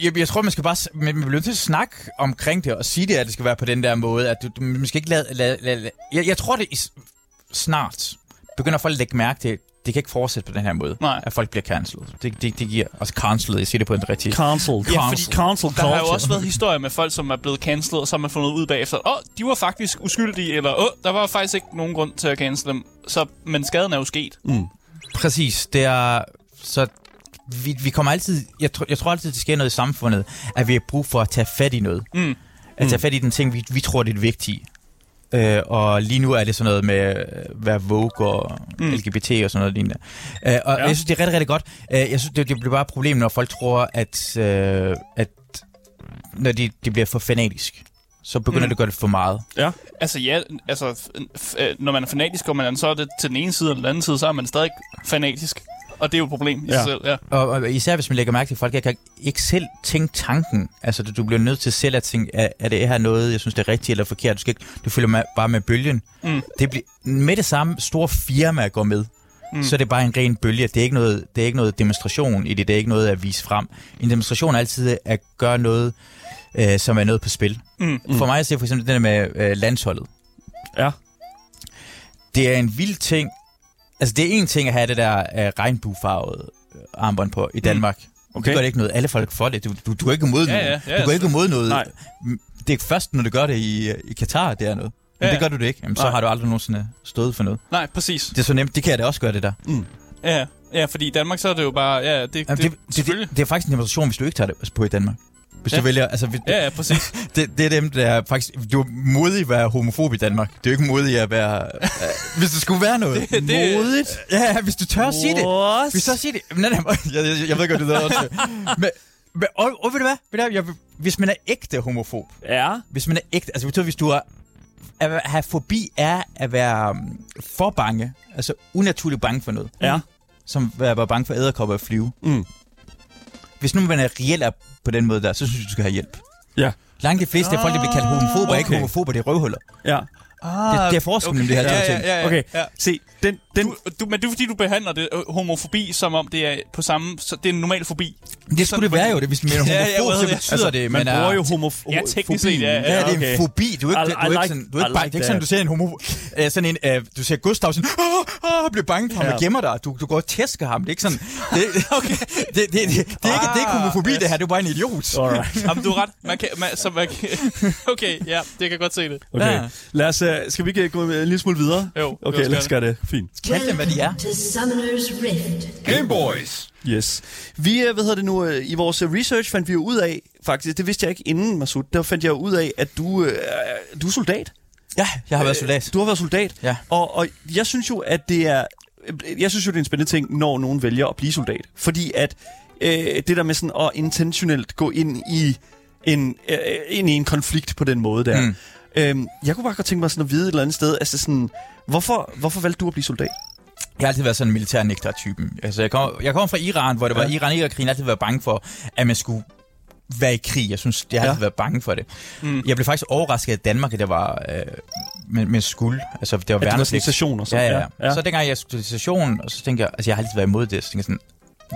D: jeg, jeg tror, man skal bare, s- man man bliver nødt til at snakke omkring det og sige det, at det skal være på den der måde, at du, du man skal ikke lade, lade, lade, lade jeg, jeg tror det, er is- snart begynder folk at lægge mærke til, det kan ikke fortsætte på den her måde,
C: Nej.
D: at folk bliver cancelled. Det, det, det giver også cancelled, jeg siger det på en rigtig...
B: Cancel.
D: Ja, fordi
B: cancel
C: Der har jo
B: culture.
C: også været historier med folk, som er blevet cancelled, og så har man fundet ud bagefter, åh, oh, de var faktisk uskyldige, eller åh, oh, der var faktisk ikke nogen grund til at cancel dem. Så, men skaden er jo sket. Mm.
D: Præcis, det er... Så vi, vi kommer altid... Jeg, tr- jeg tror altid, det sker noget i samfundet, at vi har brug for at tage fat i noget.
C: Mm.
D: At tage fat i den ting, vi, vi tror, det er det vigtige. Øh, og lige nu er det sådan noget med, øh, hvad Vogue og
C: Mm.
D: mm. LGBT og sådan noget lignende. Øh, og
C: Ja.
D: ja. jeg synes, det er rigtig, rigtig godt. Øh, jeg synes, det, det bliver bare et problem, når folk tror, at, øh, at når de, de bliver for fanatisk, så begynder
C: Mm.
D: mm. det at gøre det for meget.
C: Altså ja, altså, f- f- øh, når man er fanatisk, og man er, så er det til den ene side eller den anden side, så er man stadig fanatisk. Og det er jo et problem i ja.
B: Ja.
C: sig selv, ja.
D: Og, og især hvis man lægger mærke til, at folk ikke, ikke selv tænke tanken. Altså, du, du bliver nødt til selv at tænke, er, er det her noget, jeg synes, det er rigtigt eller forkert? Du, skal ikke, du følger med, bare med bølgen.
C: Mm.
D: Det bliver, med det samme store firma går med, mm. så er det bare en ren bølge. Det er, ikke noget, det er ikke noget demonstration i det. Det er ikke noget at vise frem. En demonstration er altid at gøre noget, øh, som er noget på spil.
C: Mm.
D: For mig ser for eksempel det der med øh, landsholdet.
B: Ja.
D: Det er en vild ting. Altså, det er en ting at have det der øh, regnbuefarvede øh, armbånd på i Danmark. Okay.
B: Okay.
D: Det gør det ikke noget. Alle folk får det. Du, du, du er ikke imod
C: Mm. Ja,
D: noget.
C: ja, ja,
D: du går ikke
C: selvfølgelig.
D: imod noget.
B: Nej.
D: Det er først, når du gør det i, øh, i Katar, det er noget. Men
C: Ja,
D: ja,
C: ja.
D: det gør du det ikke. Jamen, så
B: Nej.
D: har du aldrig nogensinde stået for noget.
C: Nej, præcis.
D: Det er så nemt. Det kan jeg da også gøre, det der.
C: Ja, ja, fordi i Danmark, så er det jo bare, ja, det,
D: Jamen,
C: det, det,
D: det, det,
C: selvfølgelig.
D: det, det er faktisk en demonstration, hvis du ikke tager det på i Danmark. Hvis
C: Ja.
D: du vælger... Altså, vi-
C: Ja, ja, præcis.
D: det, det er dem, der er faktisk... Du er modig at være homofob i Danmark. Det er jo ikke modig at være... Øh, hvis det skulle være noget.
C: Det- det-
D: Modigt? Ja, hvis du tør at sige det.
B: What?
D: Hvis du tør at sige det. Men, nej, nej, jeg, jeg, jeg ved godt, det lyder også. Men, men, og, og ved du hvad? Ved du hvad? Jeg, hvis man er ægte homofob.
B: Ja.
D: Hvis man er ægte... Altså, betyder, hvis du er... At have fobi er at være um, for bange. Altså, unaturligt bange for noget.
B: Ja.
C: Mm.
D: Som at være bange for æderkopper og flyve.
B: Mm.
D: Hvis nu man er reelt er på den måde der, så synes jeg, du skal have hjælp.
B: Ja.
D: Langt de fleste af folk, der bliver kaldt homofober, okay. ikke
B: Ah, okay.
D: homofober, det er røvhuller.
B: Ja.
D: Ah, det, det er forskellen okay. mellem de her to
C: ja,
D: ting.
C: ja, ja, ja,
B: Okay.
C: ja.
B: Se, den, den,
C: Du, du, men det er fordi, du behandler det øh, homofobi, som om det er på samme... Så det er en normal fobi.
D: Det skulle det være jo, det, hvis man
C: Ja,
D: er
C: ja,
D: homofob,
C: jeg ved
D: så
C: det. øh,
D: betyder det,
B: Altså, man
D: man, er...
B: bruger jo homof-
C: Ja, teknisk set, ja,
D: Ja, det er en fobi. Du er
B: I-
D: ikke, du er
B: I
D: ikke
B: like-
D: sådan, du er ikke
B: I like
D: bange. Det er ikke
B: that.
D: sådan, du ser en homo... Øh, sådan en, øh, du ser Gustav sådan, åh, åh, bliver bange for ham
B: Ja.
D: og gemmer dig. Du, du går og tæsker ham. Det er ikke sådan... Det, okay. det, det, det, det, er ikke, det er ikke
C: Ah,
D: homofobi,
C: yes.
D: det her. Du er bare en idiot.
B: Alright.
C: Jamen, du har ret. Man kan, man, så man kan, okay, ja, det kan jeg godt se det.
B: Okay.
D: Ja.
B: Lad os, øh, skal vi ikke øh, gå en lille smule videre?
C: Jo, lad os
B: Okay,
C: gøre
B: lad os
C: det.
B: gøre det. Fint.
D: Kend dem, hvad de er.
F: to Summoner's Rift.
A: Game Boys.
B: Yes. Vi, øh, hvad hedder det nu, øh, i vores øh, research fandt vi jo ud af, faktisk, det vidste jeg ikke inden, Masud, der fandt jeg jo ud af, at du, øh, er- du er soldat.
D: Ja, jeg har været soldat.
B: Du har været soldat.
D: Ja.
B: Og, og jeg synes jo, at det er... Jeg synes jo, det er en spændende ting, når nogen vælger at blive soldat. Fordi at øh, det der med sådan at intentionelt gå ind i en, øh, ind i en konflikt på den måde der. Mm.
D: Mm.
B: Øhm, jeg kunne bare godt tænke mig sådan at vide et eller andet sted, altså sådan, hvorfor, hvorfor valgte du at blive soldat?
D: Jeg har altid været sådan en militærnægter-typen. Altså, jeg kommer, jeg kommer fra Iran, hvor det var
B: Ja.
D: Iran-Irak-krigen. Jeg har altid været bange for, at man skulle være i krig. Jeg synes, jeg har
B: Ja.
D: altid været bange for det. Mm. Jeg blev faktisk overrasket af Danmark, at der var... Øh, men, men skulle, altså det
B: At du var
D: var
B: sådan en
D: værnepligt.
B: station og
D: Ja,
B: sådan
D: ja, ja. Så dengang jeg skulle til station, og så tænkte jeg, altså jeg har altid været imod det, så tænkte jeg sådan,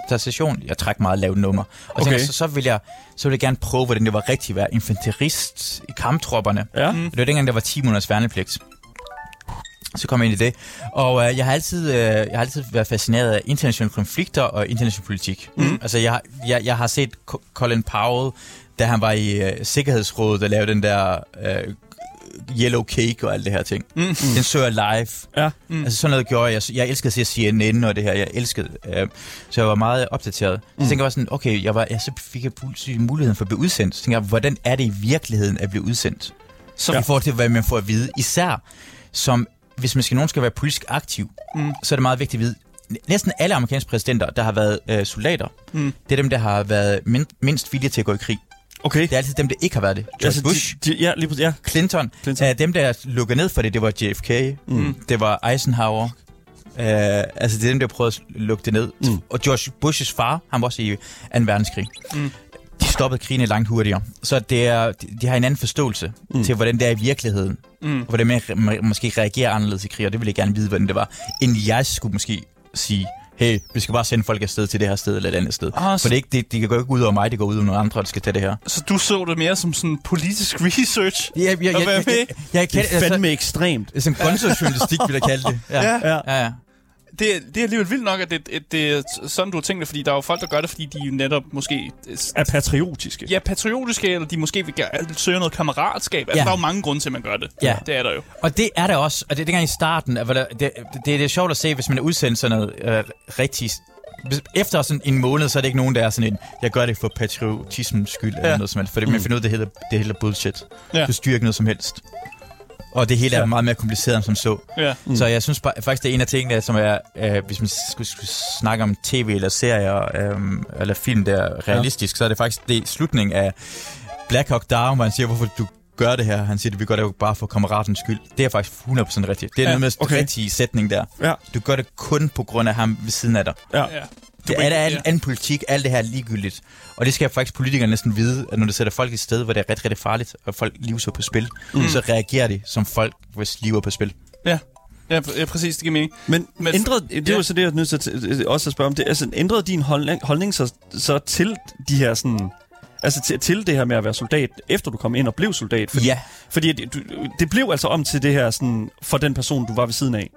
D: der er station, jeg trak meget lavt nummer. Og okay. tænkte,
B: Okay.
D: jeg, så, så, ville jeg, så ville jeg gerne prøve, hvordan det var rigtigt at være infanterist i kamptropperne.
B: ja.
D: Det var dengang, der var 10 måneders værnepligt. Så kom jeg ind i det. Og øh, jeg, har altid, øh, jeg har altid været fascineret af internationale konflikter og international politik. Mm. Altså, jeg, har- jeg, jeg har set Co- Colin Powell, da han var i øh, Sikkerhedsrådet, der lavede den der øh, Yellow Cake og alt det her ting. Mm. Den så jeg live.
B: Ja.
D: Mm. Altså, sådan noget gjorde jeg. Jeg elskede at se CNN og det her. Jeg elskede. Øh, så jeg var meget opdateret. Så tænkte jeg bare sådan, okay, jeg var, ja, så fik jeg pludselig muligheden for at blive udsendt. Så tænkte jeg, hvordan er det i virkeligheden at blive udsendt? Så ja. i forhold til, hvad man får at vide, især som, hvis man skal, nogen skal være politisk aktiv, mm. så er det meget vigtigt at vide, N- næsten alle amerikanske præsidenter, der har været øh, soldater, mm. det er dem, der har været min- mindst villige til at gå i krig.
B: Okay.
D: Det er altid dem, der ikke har været det. George altså, Bush,
B: De, de, ja, lige præcis. Ja.
D: Clinton,
B: Clinton.
D: Clinton. Øh, dem, der lukker ned for det, det var JFK, mm. det var Eisenhower. Øh, altså, det er dem, der prøvede at lukke det ned. Mm. Og George Bushes far, han var også i 2. verdenskrig. Mm. De stoppede krigene langt hurtigere. Så det er, de, de har en anden forståelse mm. til, hvordan det er i virkeligheden. Mm. Og hvordan man re- må- måske reagerer anderledes i krig, og det ville jeg gerne vide, hvordan det var. End jeg skulle måske sige, hey, vi skal bare sende folk afsted til det her sted eller et andet sted.
C: Ah,
D: Ah,
C: så-
D: For det, er ikke, det, det kan gå ikke ud over mig, det går ud over nogle andre, der skal tage det her.
C: Så du så det mere som sådan politisk research?
D: Ja, ja, ja,
C: At være
D: ja,
C: med?
D: ja, ja, jeg kan,
B: Det er
D: altså,
B: fandme ekstremt.
D: det er sådan en grøntsagsjournalistik, vil jeg kalde det. Ja,
C: Ja.
D: ja. ja.
C: Det, er- det er alligevel vildt nok, at det, det, det er sådan, du har tænkt det, fordi der er jo folk, der gør det, fordi de netop måske
B: Er patriotiske.
C: ja, patriotiske, eller de måske vil gerne søge noget kammeratskab. Altså,
D: Ja.
C: der er jo mange grunde til, at man gør det.
D: Ja.
C: Det er der jo.
D: Og det er der også, og det er dengang i starten, at hvor der- det, det, det er sjovt at se, hvis man er udsendt sådan noget øh, rigtig... hvis- Efter sådan en måned, så er det ikke nogen, der er sådan en, jeg gør det for patriotismens skyld, eller
C: Ja.
D: noget som helst, fordi man finder ud af, det hedder, det hedder bullshit.
C: Ja.
D: Ja. Du styrer ikke noget som helst. Og det hele er meget mere kompliceret end som så.
C: Ja.
D: Mm. Så jeg synes bare- faktisk, det er en af tingene, som er, øh, hvis man skulle, skulle snakke om tv eller serier øh, eller film, der er realistisk, ja. så er det faktisk det slutningen af Black Hawk Down, hvor han siger, hvorfor du gør det her. Han siger, det vi gør det jo bare for kammeratens skyld. Det er faktisk 100% rigtigt. Det er
C: Ja,
D: ja, den mest
B: okay.
D: okay. rigtige sætning der.
B: Ja.
D: Du gør det kun på grund af ham ved siden af dig.
B: Ja.
C: ja.
D: Det
C: ved-
D: er, der er
C: ja.
D: ja. anden politik, alt det her er ligegyldigt. Og det skal faktisk politikere næsten vide, at når du sætter folk et sted, hvor det er rigtig, rigtig farligt, og folk liv er på spil, mm. så reagerer de som folk, hvis liv er på spil.
C: Ja. Ja, pr- ja, præcis, det giver mening.
B: Men,
C: Men-
B: men ændrede, det er
C: ja.
B: jo så det, jeg er nødt til at, t- også at spørge om. Det, altså, ændrede din holdning, holdning så, så til de her sådan... Altså til, til det her med at være soldat, efter du kom ind og blev soldat? Fordi,
D: Ja.
B: Fordi det, du, det blev altså om til det her sådan, for den person, du var ved siden af.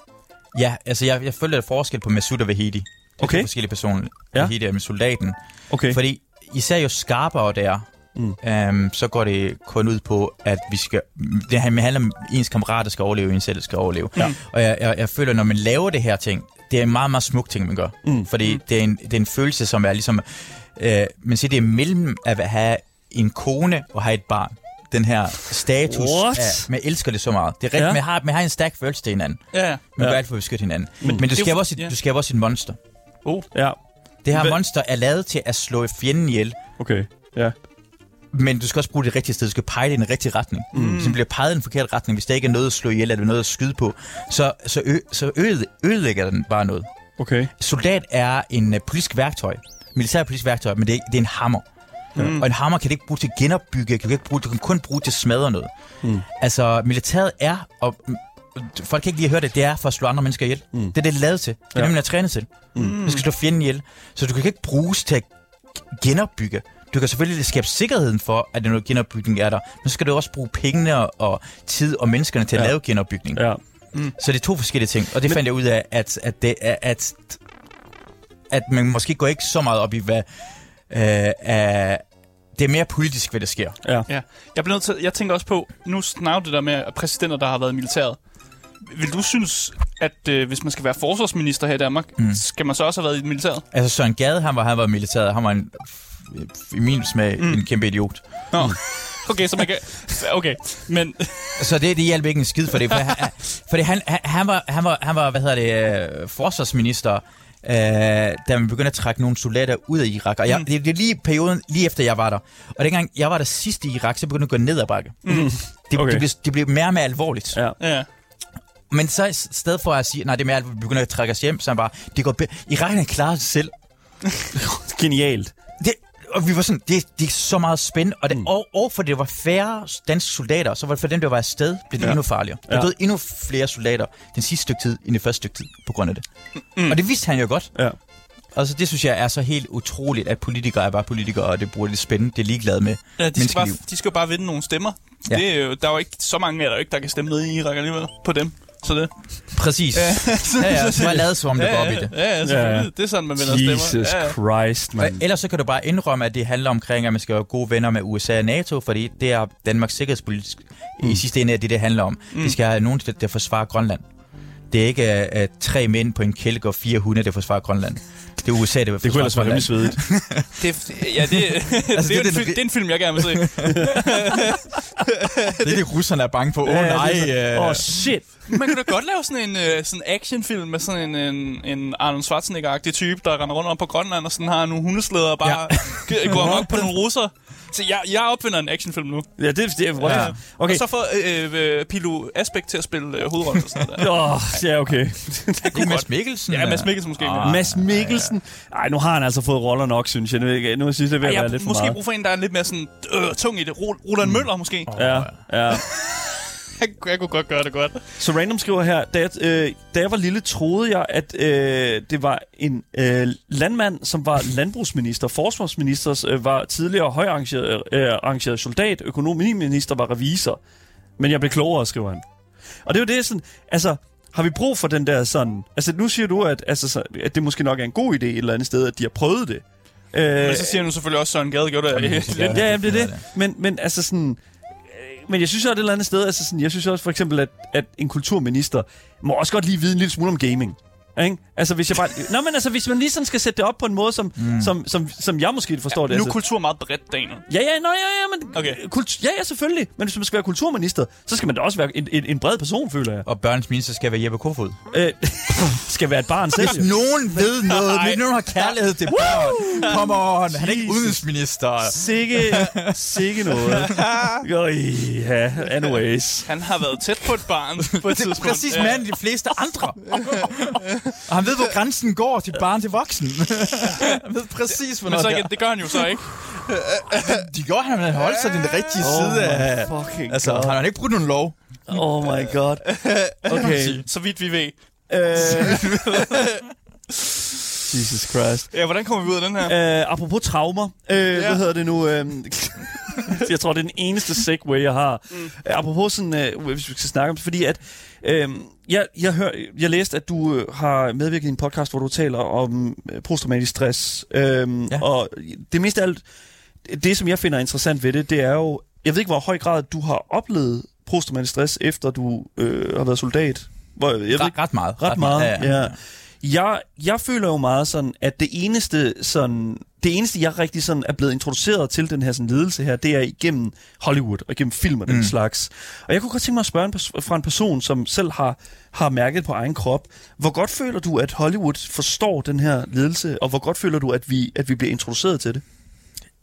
D: Ja, altså jeg, jeg følte et forskel på Masud og Vahidi. Det er
B: Okay.
D: to forskellige personer.
B: Ja.
D: Ja. Vahidi er med soldaten.
B: Okay. Fordi,
D: Fordi især jo skarpere det er, mm. øhm, så går det kun ud på, at vi skal... Det han- handler om, at ens kammerater skal overleve, ens selv skal overleve. Ja. Og jeg, jeg, jeg føler, når man laver det her ting, det er en meget, meget smuk ting, man gør. Mm. Fordi mm. Det, er en, det er en følelse, som er ligesom... Øh, man siger, det er mellem at have en kone og have et barn. Den her status.
B: What?
D: Af, man elsker det så meget. Det er rigtigt,
B: Ja.
D: ja. man, har, man har en stærk følelse til hinanden.
C: Ja, ja.
D: Man
B: Ja.
D: ja. gør alt for at beskytte hinanden. Men, men du,
C: det er
D: skaber
C: jo-
D: også et,
C: ja.
D: du skaber også et monster.
C: Oh.
B: ja,
D: Det her
B: Hvad-
D: monster er lavet til at slå fjenden ihjel,
B: okay. Ja.
D: men du skal også bruge det rigtige sted. Du skal pege det i den rigtige retning. Mm. Så den bliver peget i den forkerte retning. Hvis der ikke er noget at slå ihjel, eller der er noget at skyde på, så, så, ø- så øde, ødelægger den bare noget.
B: Okay.
D: Soldat er en uh, politisk værktøj. Militærpolitisk værktøj, men det er, det er en hammer. Mm. Og en hammer kan det ikke bruge til at genopbygge, kan du, ikke bruge, du kan kun bruge til at smadre noget. Mm. Altså, militæret er, og mm, folk kan ikke lige høre det, det er for at slå andre mennesker ihjel. Mm. Det er det, det er lavet til. Det er ja. det, man er trænet til. Mm. Man skal slå fjenden ihjel. Så du kan ikke bruges til at genopbygge. Du kan selvfølgelig skabe sikkerheden for, at den genopbygning er der, men så skal du også bruge pengene og tid og menneskerne til at
B: Ja.
D: ja. lave genopbygning.
B: Ja.
D: Så det er to forskellige ting, og det men... fandt jeg ud af, at, at, det, er- at, at man måske går ikke så meget op i, hvad... Øh, øh, det er mere politisk, hvad der sker.
B: Ja.
C: Ja. Jeg, bliver nødt til, jeg tænker også på, nu snakker det der med at præsidenter, der har været i militæret. Vil du synes, at øh, hvis man skal være forsvarsminister her i Danmark, mm. skal man så også have været i militæret?
D: Altså Søren Gade, han var, han var militæret, han var en, i min smag mm. en kæmpe idiot.
C: Nå. Okay, så man kan... Okay, men...
D: Så det, det hjalp ikke en skid for det, for, han, fordi han, han, han, var, han, var, han var, hvad hedder det, øh, forsvarsminister, øh, da man begyndte at trække nogle soldater ud af Irak. Og jeg, mm. det, det er lige perioden, lige efter jeg var der. Og dengang jeg var der sidst i Irak, så begyndte det at gå ned ad bakke. Mm. Det,
B: Okay.
D: okay. det, blev, det blev mere og mere alvorligt.
B: Ja.
C: Ja.
D: Men så i stedet for at sige, nej, det er mere alvorligt, vi begynder at trække os hjem, så er han bare, det går bedre. Irakerne klarer sig selv.
B: Genialt.
D: Det, og vi var sådan, det, det er så meget spændende. Og, det, mm. og, og for det var færre danske soldater, så var det for dem, der var afsted, blev det
B: Ja.
D: ja. endnu farligere. Der
B: Ja.
D: ja. døde endnu flere soldater den sidste stykke tid, end det første stykke tid, på grund af det. Mm. Og det vidste han jo godt.
B: Ja.
D: Og så det synes jeg er så helt utroligt, at politikere er bare politikere, og det bruger det spændende, det er ligeglade med
C: Ja, de, skal bare,
D: menneskeliv.
C: de skal jo bare vinde nogle stemmer. Ja.
D: Ja.
C: Det er jo, der er jo ikke så mange af der jo ikke, der kan stemme ned i Irak alligevel på dem. Så det.
D: Præcis. Ja, ja, så bare lade som om, det går op i det.
C: Ja, ja, selvfølgelig.
B: Ja.
C: Det er sådan, man vinder stemmer.
B: Jesus
C: Ja, ja.
B: Christ,
D: Og
B: mand.
D: ellers så kan du bare indrømme, at det handler omkring, at man skal være gode venner med USA og NATO, fordi det er Danmarks sikkerhedspolitik mm. i sidste ende er det, det handler om. Mm. Vi skal have nogen, der, der forsvarer Grønland. Det er ikke uh, tre mænd på en kælk og fire hunde, der forsvarer Grønland. Det er USA, der vil
B: Det kunne
D: forsvare
B: ellers være
D: Grønland.
B: rimelig svedigt.
C: Det, ja, det, altså, det, er
D: det-
C: en, det,
D: det-
C: det, det er en film, jeg gerne vil se.
D: Det er det, russerne er bange på. Åh oh, nej.
B: Åh,
D: Uh,
B: oh, shit.
C: Man kunne da godt lave sådan en øh, sådan actionfilm med sådan en, en, en Arnold Schwarzenegger-agtig type, der render rundt om på Grønland og sådan har nogle hundeslæder og bare ja. går op på nogle russer. Så jeg, jeg opfinder en actionfilm nu.
B: Ja, det, det er...
D: Ja.
B: Ja. Okay.
C: Og så får øh, øh, Pilo Asbæk til at spille øh, hovedrollen og sådan noget. Der.
B: Åh, oh, ja, okay.
D: det er Mads Mikkelsen.
C: Ja, Mads Mikkelsen måske.
D: Ah,
C: men-
B: Mads Mikkelsen. Ej, nu har han altså fået roller nok, synes jeg. Nu, ikke- nu synes jeg, det vil
C: Ej,
B: være
C: jeg
B: lidt
C: har
B: for
C: måske
B: meget.
C: brug for en, der er lidt mere sådan øh, tung i det. Ru- Roland Møller måske.
B: Ja, ja.
C: jeg, jeg kunne godt gøre det godt.
B: Så Random skriver her, da jeg, øh, da jeg var lille, troede jeg, at øh, det var en øh, landmand, som var landbrugsminister, forsvarsminister, øh, var tidligere højarrangeret øh, arrangeret soldat, økonomiminister var revisor. Men jeg blev klogere, skriver han. Og det er jo det, sådan, altså, har vi brug for den der sådan... Altså, nu siger du, at, altså, så- at det måske nok er en god idé et eller andet sted, at de har prøvet det. Øh,
C: Men så siger nu selvfølgelig også, at Søren Gade gjorde det lidt.
B: Ja, ja, jamen, det er det. Men, men altså sådan... øh, Men jeg synes også et eller andet sted, altså sådan, jeg synes også for eksempel, at, at en kulturminister må også godt lige vide en lille smule om gaming. Ikke? Altså hvis jeg bare... Nå, men altså hvis man lige sådan skal sætte det op på en måde, som, mm. som, som, som jeg måske forstår det.
C: Nu er
B: altså.
C: kultur meget bredt, Daniel.
B: Ja, ja, nå, ja, ja, men...
C: Okay.
B: Kult, ja, ja, selvfølgelig. Men hvis man skal være kulturminister, så skal man da også være en, en, en bred person, føler jeg.
D: Og børnens minister skal være Jeppe Kofod.
B: Øh, skal være et barn selv. jo.
D: Hvis nogen ved noget, hvis nogen har kærlighed til børn, come on, han er ikke
B: Jesus.
D: udenrigsminister.
B: Sikke, sikke noget. Øj, ja, anyways.
C: Han har været tæt på et barn på et
D: Det er
C: tidspunkt.
D: præcis
C: Ja.
D: mere end de fleste andre. Og han ved, hvor grænsen går til barn til voksen. han ved præcis, hvornår
C: Men så
D: det
C: igen, det gør han jo så ikke.
D: er. De gjorde, at han holdt sig den rigtige
B: Oh
D: side af...
B: my fucking
D: Altså,
B: god.
D: har han ikke brugt nogen lov?
B: Oh my god. Okay.
C: Så vidt vi ved.
B: Jesus Christ.
C: Ja, hvordan kommer vi ud af den her?
B: Uh, apropos traumer, uh, ja. hvad hedder det nu? Uh, jeg tror, det er den eneste segue, jeg har. Mm. Apropos sådan, uh, hvis vi skal snakke om det, fordi at uh, jeg, jeg, hør, jeg læste, at du øh, har medvirket i en podcast, hvor du taler om øh, posttraumatisk stress. Uh, ja. Og det meste af alt, det som jeg finder interessant ved det, det er jo, jeg ved ikke, hvor høj grad du har oplevet posttraumatisk stress, efter du øh, har været soldat. Hvor, jeg ved ikke,
D: Ret, ret meget.
B: Ret meget,
D: Ja, ja.
B: ja. Jeg, jeg føler jo meget sådan, at det eneste, sådan, det eneste, jeg rigtig sådan er blevet introduceret til den her sådan, ledelse her, det er igennem Hollywood og igennem film og den mm. slags. Og jeg kunne godt tænke mig at spørge en pers- fra en person, som selv har, har mærket på egen krop, hvor godt føler du, at Hollywood forstår den her ledelse, og hvor godt føler du, at vi, at vi bliver introduceret til det?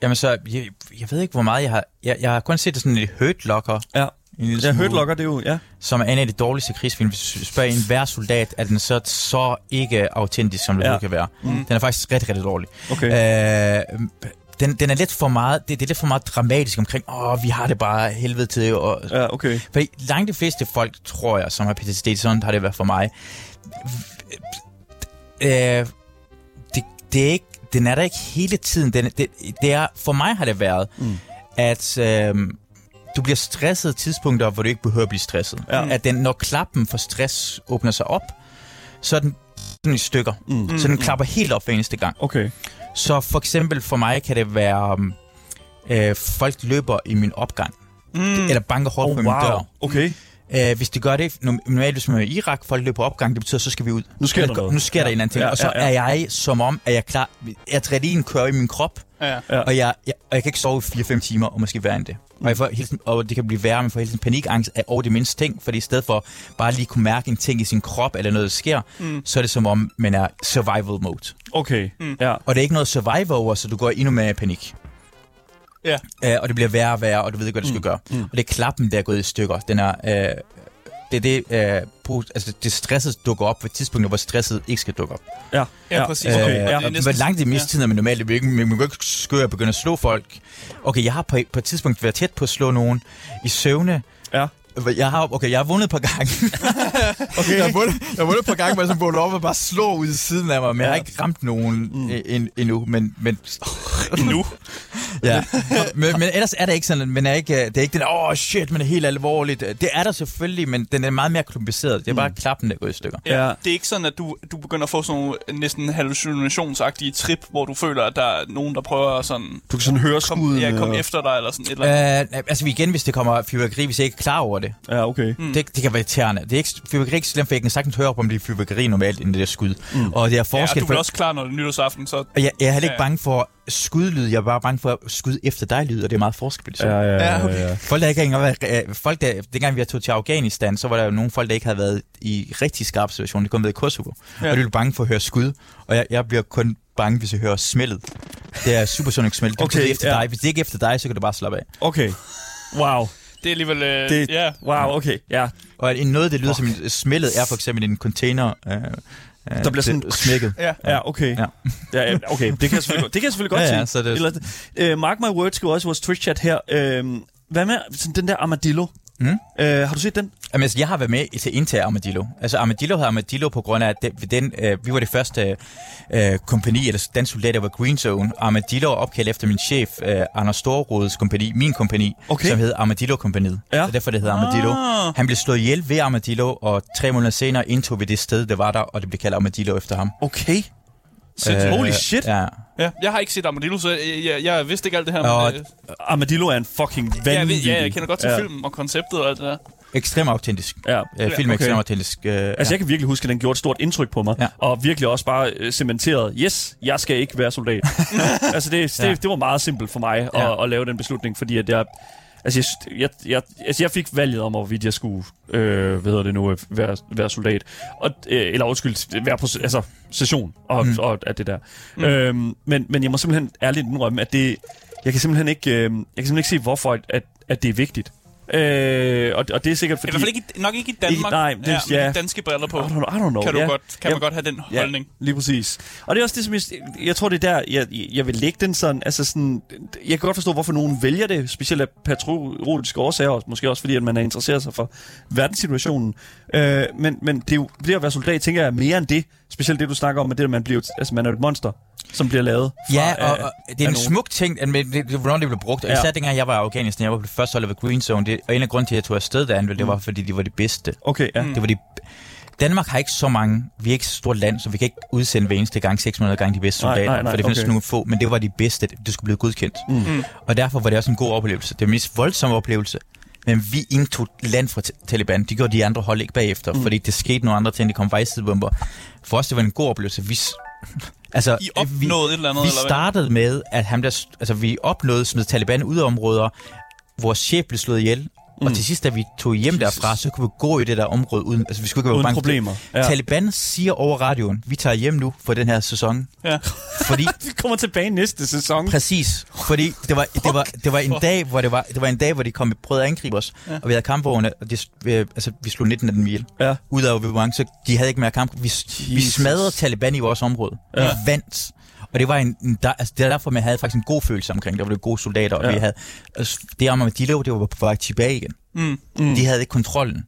D: Jamen så, jeg, jeg ved ikke, hvor meget jeg har... Jeg, jeg har kun set det sådan i Hurt Locker.
B: Ja.
D: En lille
B: Ja,
D: smule.
B: Hurt Locker, det er jo, ja.
D: som er en af de dårligste krigsfilm. Hvis du spørger en hver soldat, er den så, så ikke autentisk, som det
B: Ja.
D: ja. kan være. Mm. Den er faktisk rigtig, rigtig dårlig.
B: Okay.
D: Øh, den, den er lidt for meget, det, det er lidt for meget dramatisk omkring, åh, vi har det bare af helvede til. Og, ja.
B: Ja, okay.
D: For langt de fleste folk, tror jeg, som har PTSD, sådan har det været for mig. Øh, det, det er ikke, den er der ikke hele tiden. Den, det, det er, for mig har det været, mm. at øh, du bliver stresset tidspunkter, hvor du ikke behøver at blive stresset.
B: Ja.
D: At den, når klappen for stress åbner sig op, så er den sådan i stykker. Mm. Så den klapper helt op hver eneste gang.
B: Okay.
D: Så for eksempel for mig kan det være, um, øh, folk løber i min opgang. Mm. Eller banker hårdt oh, på min dør.
B: Okay.
D: Øh, hvis de gør det, norm- normalt hvis man er i Irak, folk løber på opgang, det betyder, så skal vi ud.
B: Nu sker
D: Eller
B: der
D: gå-
B: noget.
D: Nu sker der
B: Ja,
D: en eller anden ting,
B: ja,
D: og så
B: ja, ja.
D: er jeg som om, at jeg er klar. Adrenalin kører i min krop,
C: Ja.
B: Ja.
D: og, jeg, jeg, og jeg kan ikke sove i 4-5 timer, og måske værre end det. Og, jeg får hele tiden, og det kan blive værre, man får hele tiden panikangst af over det mindste ting, fordi i stedet for bare lige kunne mærke en ting i sin krop, eller noget, der sker, mm. så er det som om, man er survival mode.
B: Okay. Mm. Ja.
D: Og det er ikke noget survivor over, så du går endnu mere i panik.
C: Ja.
D: Øh, og det bliver værre og værre, og du ved ikke, hvad du
B: Mm.
D: skal gøre. Og det er klappen, der er gået i stykker. Den er, øh, det er det, øh, brug, altså det stresset dukker op på et tidspunkt, hvor stresset ikke skal dukke op.
B: Ja.
C: Ja, præcis.
D: Øh,
B: Okay. Ja.
D: og Hvor langt det miste tiden er man normalt, man kan man kan ikke skøre at begynde at slå folk. Okay, jeg har på, på et tidspunkt været tæt på at slå nogen i søvne.
B: Ja.
D: Jeg har, okay, jeg har vundet et par gange. okay. Jeg har vundet, jeg har vundet et par gange, hvor jeg sådan vågnede op og bare slå ud i siden af mig, men jeg har ikke ramt nogen mm. en, endnu. Men, men,
C: Nu.
D: ja. men, men, ellers er det ikke sådan, men er ikke, det er ikke den, åh oh, shit, men det er helt alvorligt. Det er der selvfølgelig, men den er meget mere kompliceret. Det er
C: Mm.
D: bare klappen, der går i stykker.
C: Ja.
B: Ja.
C: Det er ikke sådan, at du, du begynder at få sådan nogle næsten hallucinationsagtige trip, hvor du føler, at der er nogen, der prøver at sådan...
B: Du kan sådan høre
C: Kom,
B: skuden.
C: ja, kom
B: og-
C: efter dig, eller sådan et eller andet.
D: Øh, altså igen, hvis det kommer fyrværkeri, hvis jeg ikke er klar over det.
B: Ja, okay.
D: Mm. Det, det kan være irriterende. Det er ikke, fyrværkeri er ikke så slemt, for jeg kan sagtens høre på, om det er fyrværkeri normalt, end det der skud. Mm. Og det er
C: Ja, og
D: forskel
C: du
D: for...
C: bliver også klar, når det er nytårsaften, så...
D: Og Jeg, jeg er heller ikke
C: Ja.
D: bange for skudlyd, jeg er bare bange for skud efter dig lyd, og det er meget forskel på det.
B: Ja,
D: Ja.
B: ja, ja.
C: Ja, okay.
B: ja, ja.
D: Folk, der ikke engang var, øh, folk der, dengang vi tog til Afghanistan, så var der jo nogle folk, der ikke havde været i rigtig skarp situation. Det kom ved i Kosovo. Ja. Og de blev bange for at høre skud, og jeg, jeg bliver kun bange, hvis jeg hører smældet. Det er supersonic smelt. Det
B: Okay,
D: okay, efter
B: ja.
D: ja. dig. Hvis det ikke er efter dig, så kan du bare slappe af.
B: Okay. Wow.
C: Det er alligevel... Øh,
B: Det,
C: ja.
B: Wow, okay. Ja.
D: Og en- noget, det lyder Fuck. som en- smældet, er for eksempel en container, øh, øh,
B: Der bliver sådan-
D: det- smækket.
C: Ja.
B: Ja, okay. Ja.
D: Ja.
B: ja, okay. Det kan jeg selvfølgelig, godt- det kan jeg selvfølgelig godt
D: Ja, ja,
B: tænke.
D: så det-
B: øhm, Eller, øh, Mark My Words skriver også i vores Twitch-chat her. Øh, hvad med sådan den der armadillo? Mm. Øh, har du set den?
D: Jamen, altså, jeg har været med i- til indtil Armadillo. Altså, Armadillo havde Armadillo på grund af, at det, den, øh, vi var det første øh, kompani, eller den soldat, der var Green Zone. Armadillo er opkaldt efter min chef, øh, Anders Storrodes kompani, min kompani,
B: Okay.
D: som hed Armadillo-kompaniet.
B: Ja.
D: Så derfor det hedder Armadillo.
C: Ah.
D: Han blev slået ihjel ved Armadillo, og tre måneder senere indtog vi det sted, det var der, og det blev kaldt Armadillo efter ham. Øh,
B: Okay.
C: Sindssygt.
B: Holy shit.
D: Ja.
C: Ja, jeg har ikke set Armadillo, så jeg, jeg, jeg vidste ikke alt det her.
D: Og
C: men, øh,
B: Armadillo er en fucking
C: jeg, ved,
B: vanvittig.
C: ja, jeg kender godt til
B: ja.
C: ja. filmen og konceptet og alt det der.
D: Ekstremt autentisk.
B: Ja.
D: Øh, film er
B: okay.
D: ekstremt autentisk. Øh,
B: Altså,
D: ja.
B: jeg kan virkelig huske, at den gjorde et stort indtryk på mig, ja.
D: Ja.
B: og virkelig også bare øh, cementeret, yes, jeg skal ikke være soldat. altså, det, det, ja.
D: Ja.
B: det var meget simpelt for mig at, ja.
D: Ja.
B: at lave den beslutning, fordi at jeg... Altså, jeg, jeg, jeg, altså, jeg fik valget om, hvorvidt jeg skulle, øh, hvad hedder det nu, øh, være, være soldat. Og, øh, eller undskyld, være på s- altså, session og, mm. og, og alt det der. Mm. Øhm, men, men jeg må simpelthen ærligt indrømme, at det, jeg kan simpelthen ikke, øh, jeg kan simpelthen ikke se, hvorfor at, at, at det er vigtigt. Øh, og, og det er sikkert,
C: I
B: fordi...
C: hvert fald ikke, i- nok ikke i Danmark.
B: Ikke- nej, det-
C: ja, med
B: ja.
C: de danske briller på.
B: I don't, know- I don't know.
C: Kan, du
B: ja.
C: godt, kan
B: Ja.
C: man godt have den holdning.
B: Ja, lige præcis. Og det er også det, som jeg, jeg tror, det er der, jeg, jeg vil lægge den sådan, altså sådan, jeg kan godt forstå, hvorfor nogen vælger det, specielt af patriotiske årsager, og måske også fordi, at man er interesseret sig for verdenssituationen. Øh, men, men det, er jo, det at være soldat, tænker jeg, er mere end det, specielt det, du snakker om, med det, at man, bliver, altså, man er et monster, som bliver lavet. Fra,
D: Ja, og,
B: af-
D: og
B: af
D: det er en
B: nogen.
D: smuk ting, at men det, det, hvornår det blev brugt. Og
B: Ja.
D: især dengang jeg var i Afghanistan, jeg var på det første hold ved Green Zone, det, og en af grunden til, at jeg tog afsted derhen, det
B: Mm.
D: var, fordi de var de bedste.
B: Okay, ja. Mm.
D: Det var de, Danmark har ikke så mange, vi er ikke så stort land, så vi kan ikke udsende hver eneste gang 600 gange de bedste
B: Nej,
D: soldater,
B: nej, nej,
D: for det findes
B: okay.
D: nogle få, men det var de bedste, det skulle blive godkendt. Mm. Og derfor var det også en god oplevelse. Det var en mest voldsom oplevelse. Men vi indtog land fra t- Taliban. De gjorde de andre hold ikke bagefter, mm. fordi det skete nogle andre ting. De kom vejsidebomber. For os, det var en god oplevelse. Vi, s- altså,
C: I opnåede et eller andet,
D: vi
C: eller hvad?
D: startede med, at ham der, altså, vi opnåede at smide Taliban ud af områder. Vores chef blev slået ihjel. Mm. Og til sidst, da vi tog hjem derfra, så kunne vi gå i det der område uden... Altså, vi skulle ikke være
B: Uden
D: bange.
B: problemer. Ja.
D: Ja. Taliban siger over radioen, vi tager hjem nu for den her sæson.
C: Ja.
D: Fordi,
B: Vi kommer tilbage næste sæson.
D: præcis, fordi det var, det var, det var en dag, hvor det var, det var en dag, hvor de kom og prøvede at angribe os. Ja. Og vi havde kampvogne, og det, øh, altså, vi slog 19 af dem ihjel.
B: Ja.
D: Ud af hvor mange, så de havde ikke mere kamp. Vi, vi
B: Jesus.
D: smadrede Taliban i vores område. Ja. Vi vandt. Og det var en, en der, altså, det er derfor, man havde faktisk en god følelse omkring det. Der var det gode soldater, og
B: Ja.
D: ja. vi havde... Altså, det om, at de lå, det var på vej tilbage igen.
C: Mm.
D: Mm. De havde ikke kontrollen.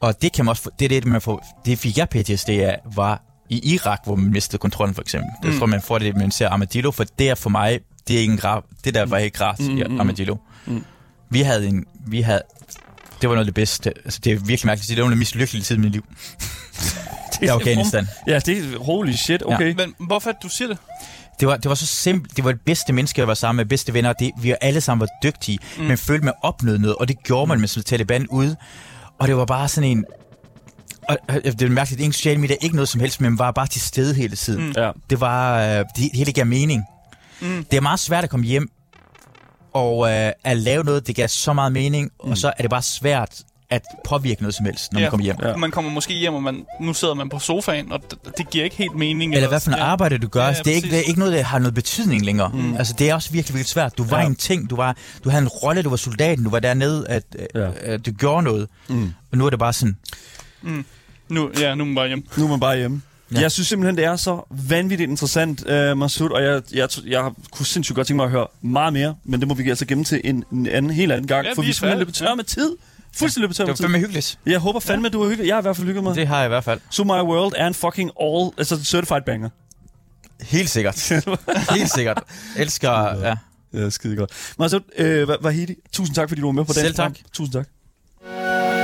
D: Og det kan man også få, det er det, man får, det fik jeg PTSD af, var i Irak, hvor man mistede kontrollen for eksempel. Mm. Jeg tror, man får det, man ser Armadillo, for det er for mig, det er ikke en graf, det der var ikke gratis mm, mm, Armadillo. Mm. Vi havde en, vi havde, det var noget af det bedste, altså det er virkelig mærkeligt, at sige, det var den mest lykkelige tid i mit liv. I Afghanistan.
B: Ja, det er holy shit, okay. Ja.
C: Men hvorfor er det, du siger det?
D: Det var, det var så simpelt. Det var det bedste menneske, jeg var sammen med, bedste venner. Det, vi alle sammen var dygtige, mm. men følte man opnåede noget, og det gjorde man med sådan Taliban ude. Og det var bare sådan en... Og, og det er mærkeligt, ingen social media, ikke noget som helst, men var bare til stede hele tiden. Mm.
B: Ja.
D: Det var... Øh, det hele gav mening. Mm. Det er meget svært at komme hjem og øh, at lave noget, det gav så meget mening, mm. og så er det bare svært at påvirke noget som helst, når man kommer hjem.
C: Ja. Man kommer måske hjem, og man, nu sidder man på sofaen, og det, det giver ikke helt mening.
D: Eller hvad for noget
C: ja.
D: arbejde du gør.
C: Ja,
D: Ja,
C: ja,
D: det, er ikke,
C: præcis.
D: det er ikke noget, der har noget betydning længere. Mm. Altså, det er også virkelig, virkelig svært. Du var
B: Ja.
D: ja. en ting, du, var, du havde en rolle, du var soldaten, du var dernede, at,
B: Ja.
D: ja. at du gjorde noget. Mm. Og nu er det bare sådan,
C: Nu, ja, nu er man bare hjemme.
B: Nu er man bare hjemme. Ja.
D: Ja.
B: Jeg synes simpelthen, det er så vanvittigt interessant, uh, Masud, og jeg, jeg, jeg kunne sindssygt godt tænke mig at høre meget mere, men det må vi altså gemme til en, en anden, helt anden gang,
C: Ja,
B: for
C: vi
B: vi er
C: er
B: simpelthen
C: færdige.
B: løbet tør med tid. Fuldstændig løbet tør
D: det
B: med
D: var
B: tid.
D: fandme hyggeligt.
B: Jeg håber fandme, at du har hygget. Jeg har i hvert fald hygget mig.
D: Det har jeg i hvert fald.
B: So My World er en fucking all, altså en certified banger.
D: Helt sikkert. Helt sikkert. Elsker, ja.
B: Ja, skide godt. Masud, øh, Wa- Wahidi, tusind tak, fordi du var med på
D: Selv
B: dagens
D: tak.
B: program. Tusind tak.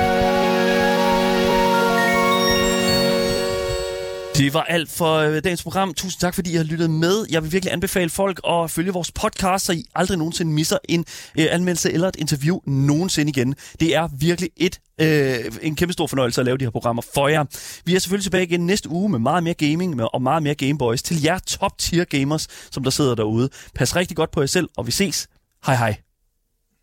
B: Det var alt for øh, dagens program. Tusind tak, fordi I har lyttet med. Jeg vil virkelig anbefale folk at følge vores podcast, så I aldrig nogensinde misser en øh, anmeldelse eller et interview nogensinde igen. Det er virkelig et øh, en kæmpe stor fornøjelse at lave de her programmer for jer. Vi er selvfølgelig tilbage igen næste uge med meget mere gaming med- og meget mere Gameboys til jer top tier gamers, som der sidder derude. Pas rigtig godt på jer selv, og vi ses. Hej hej.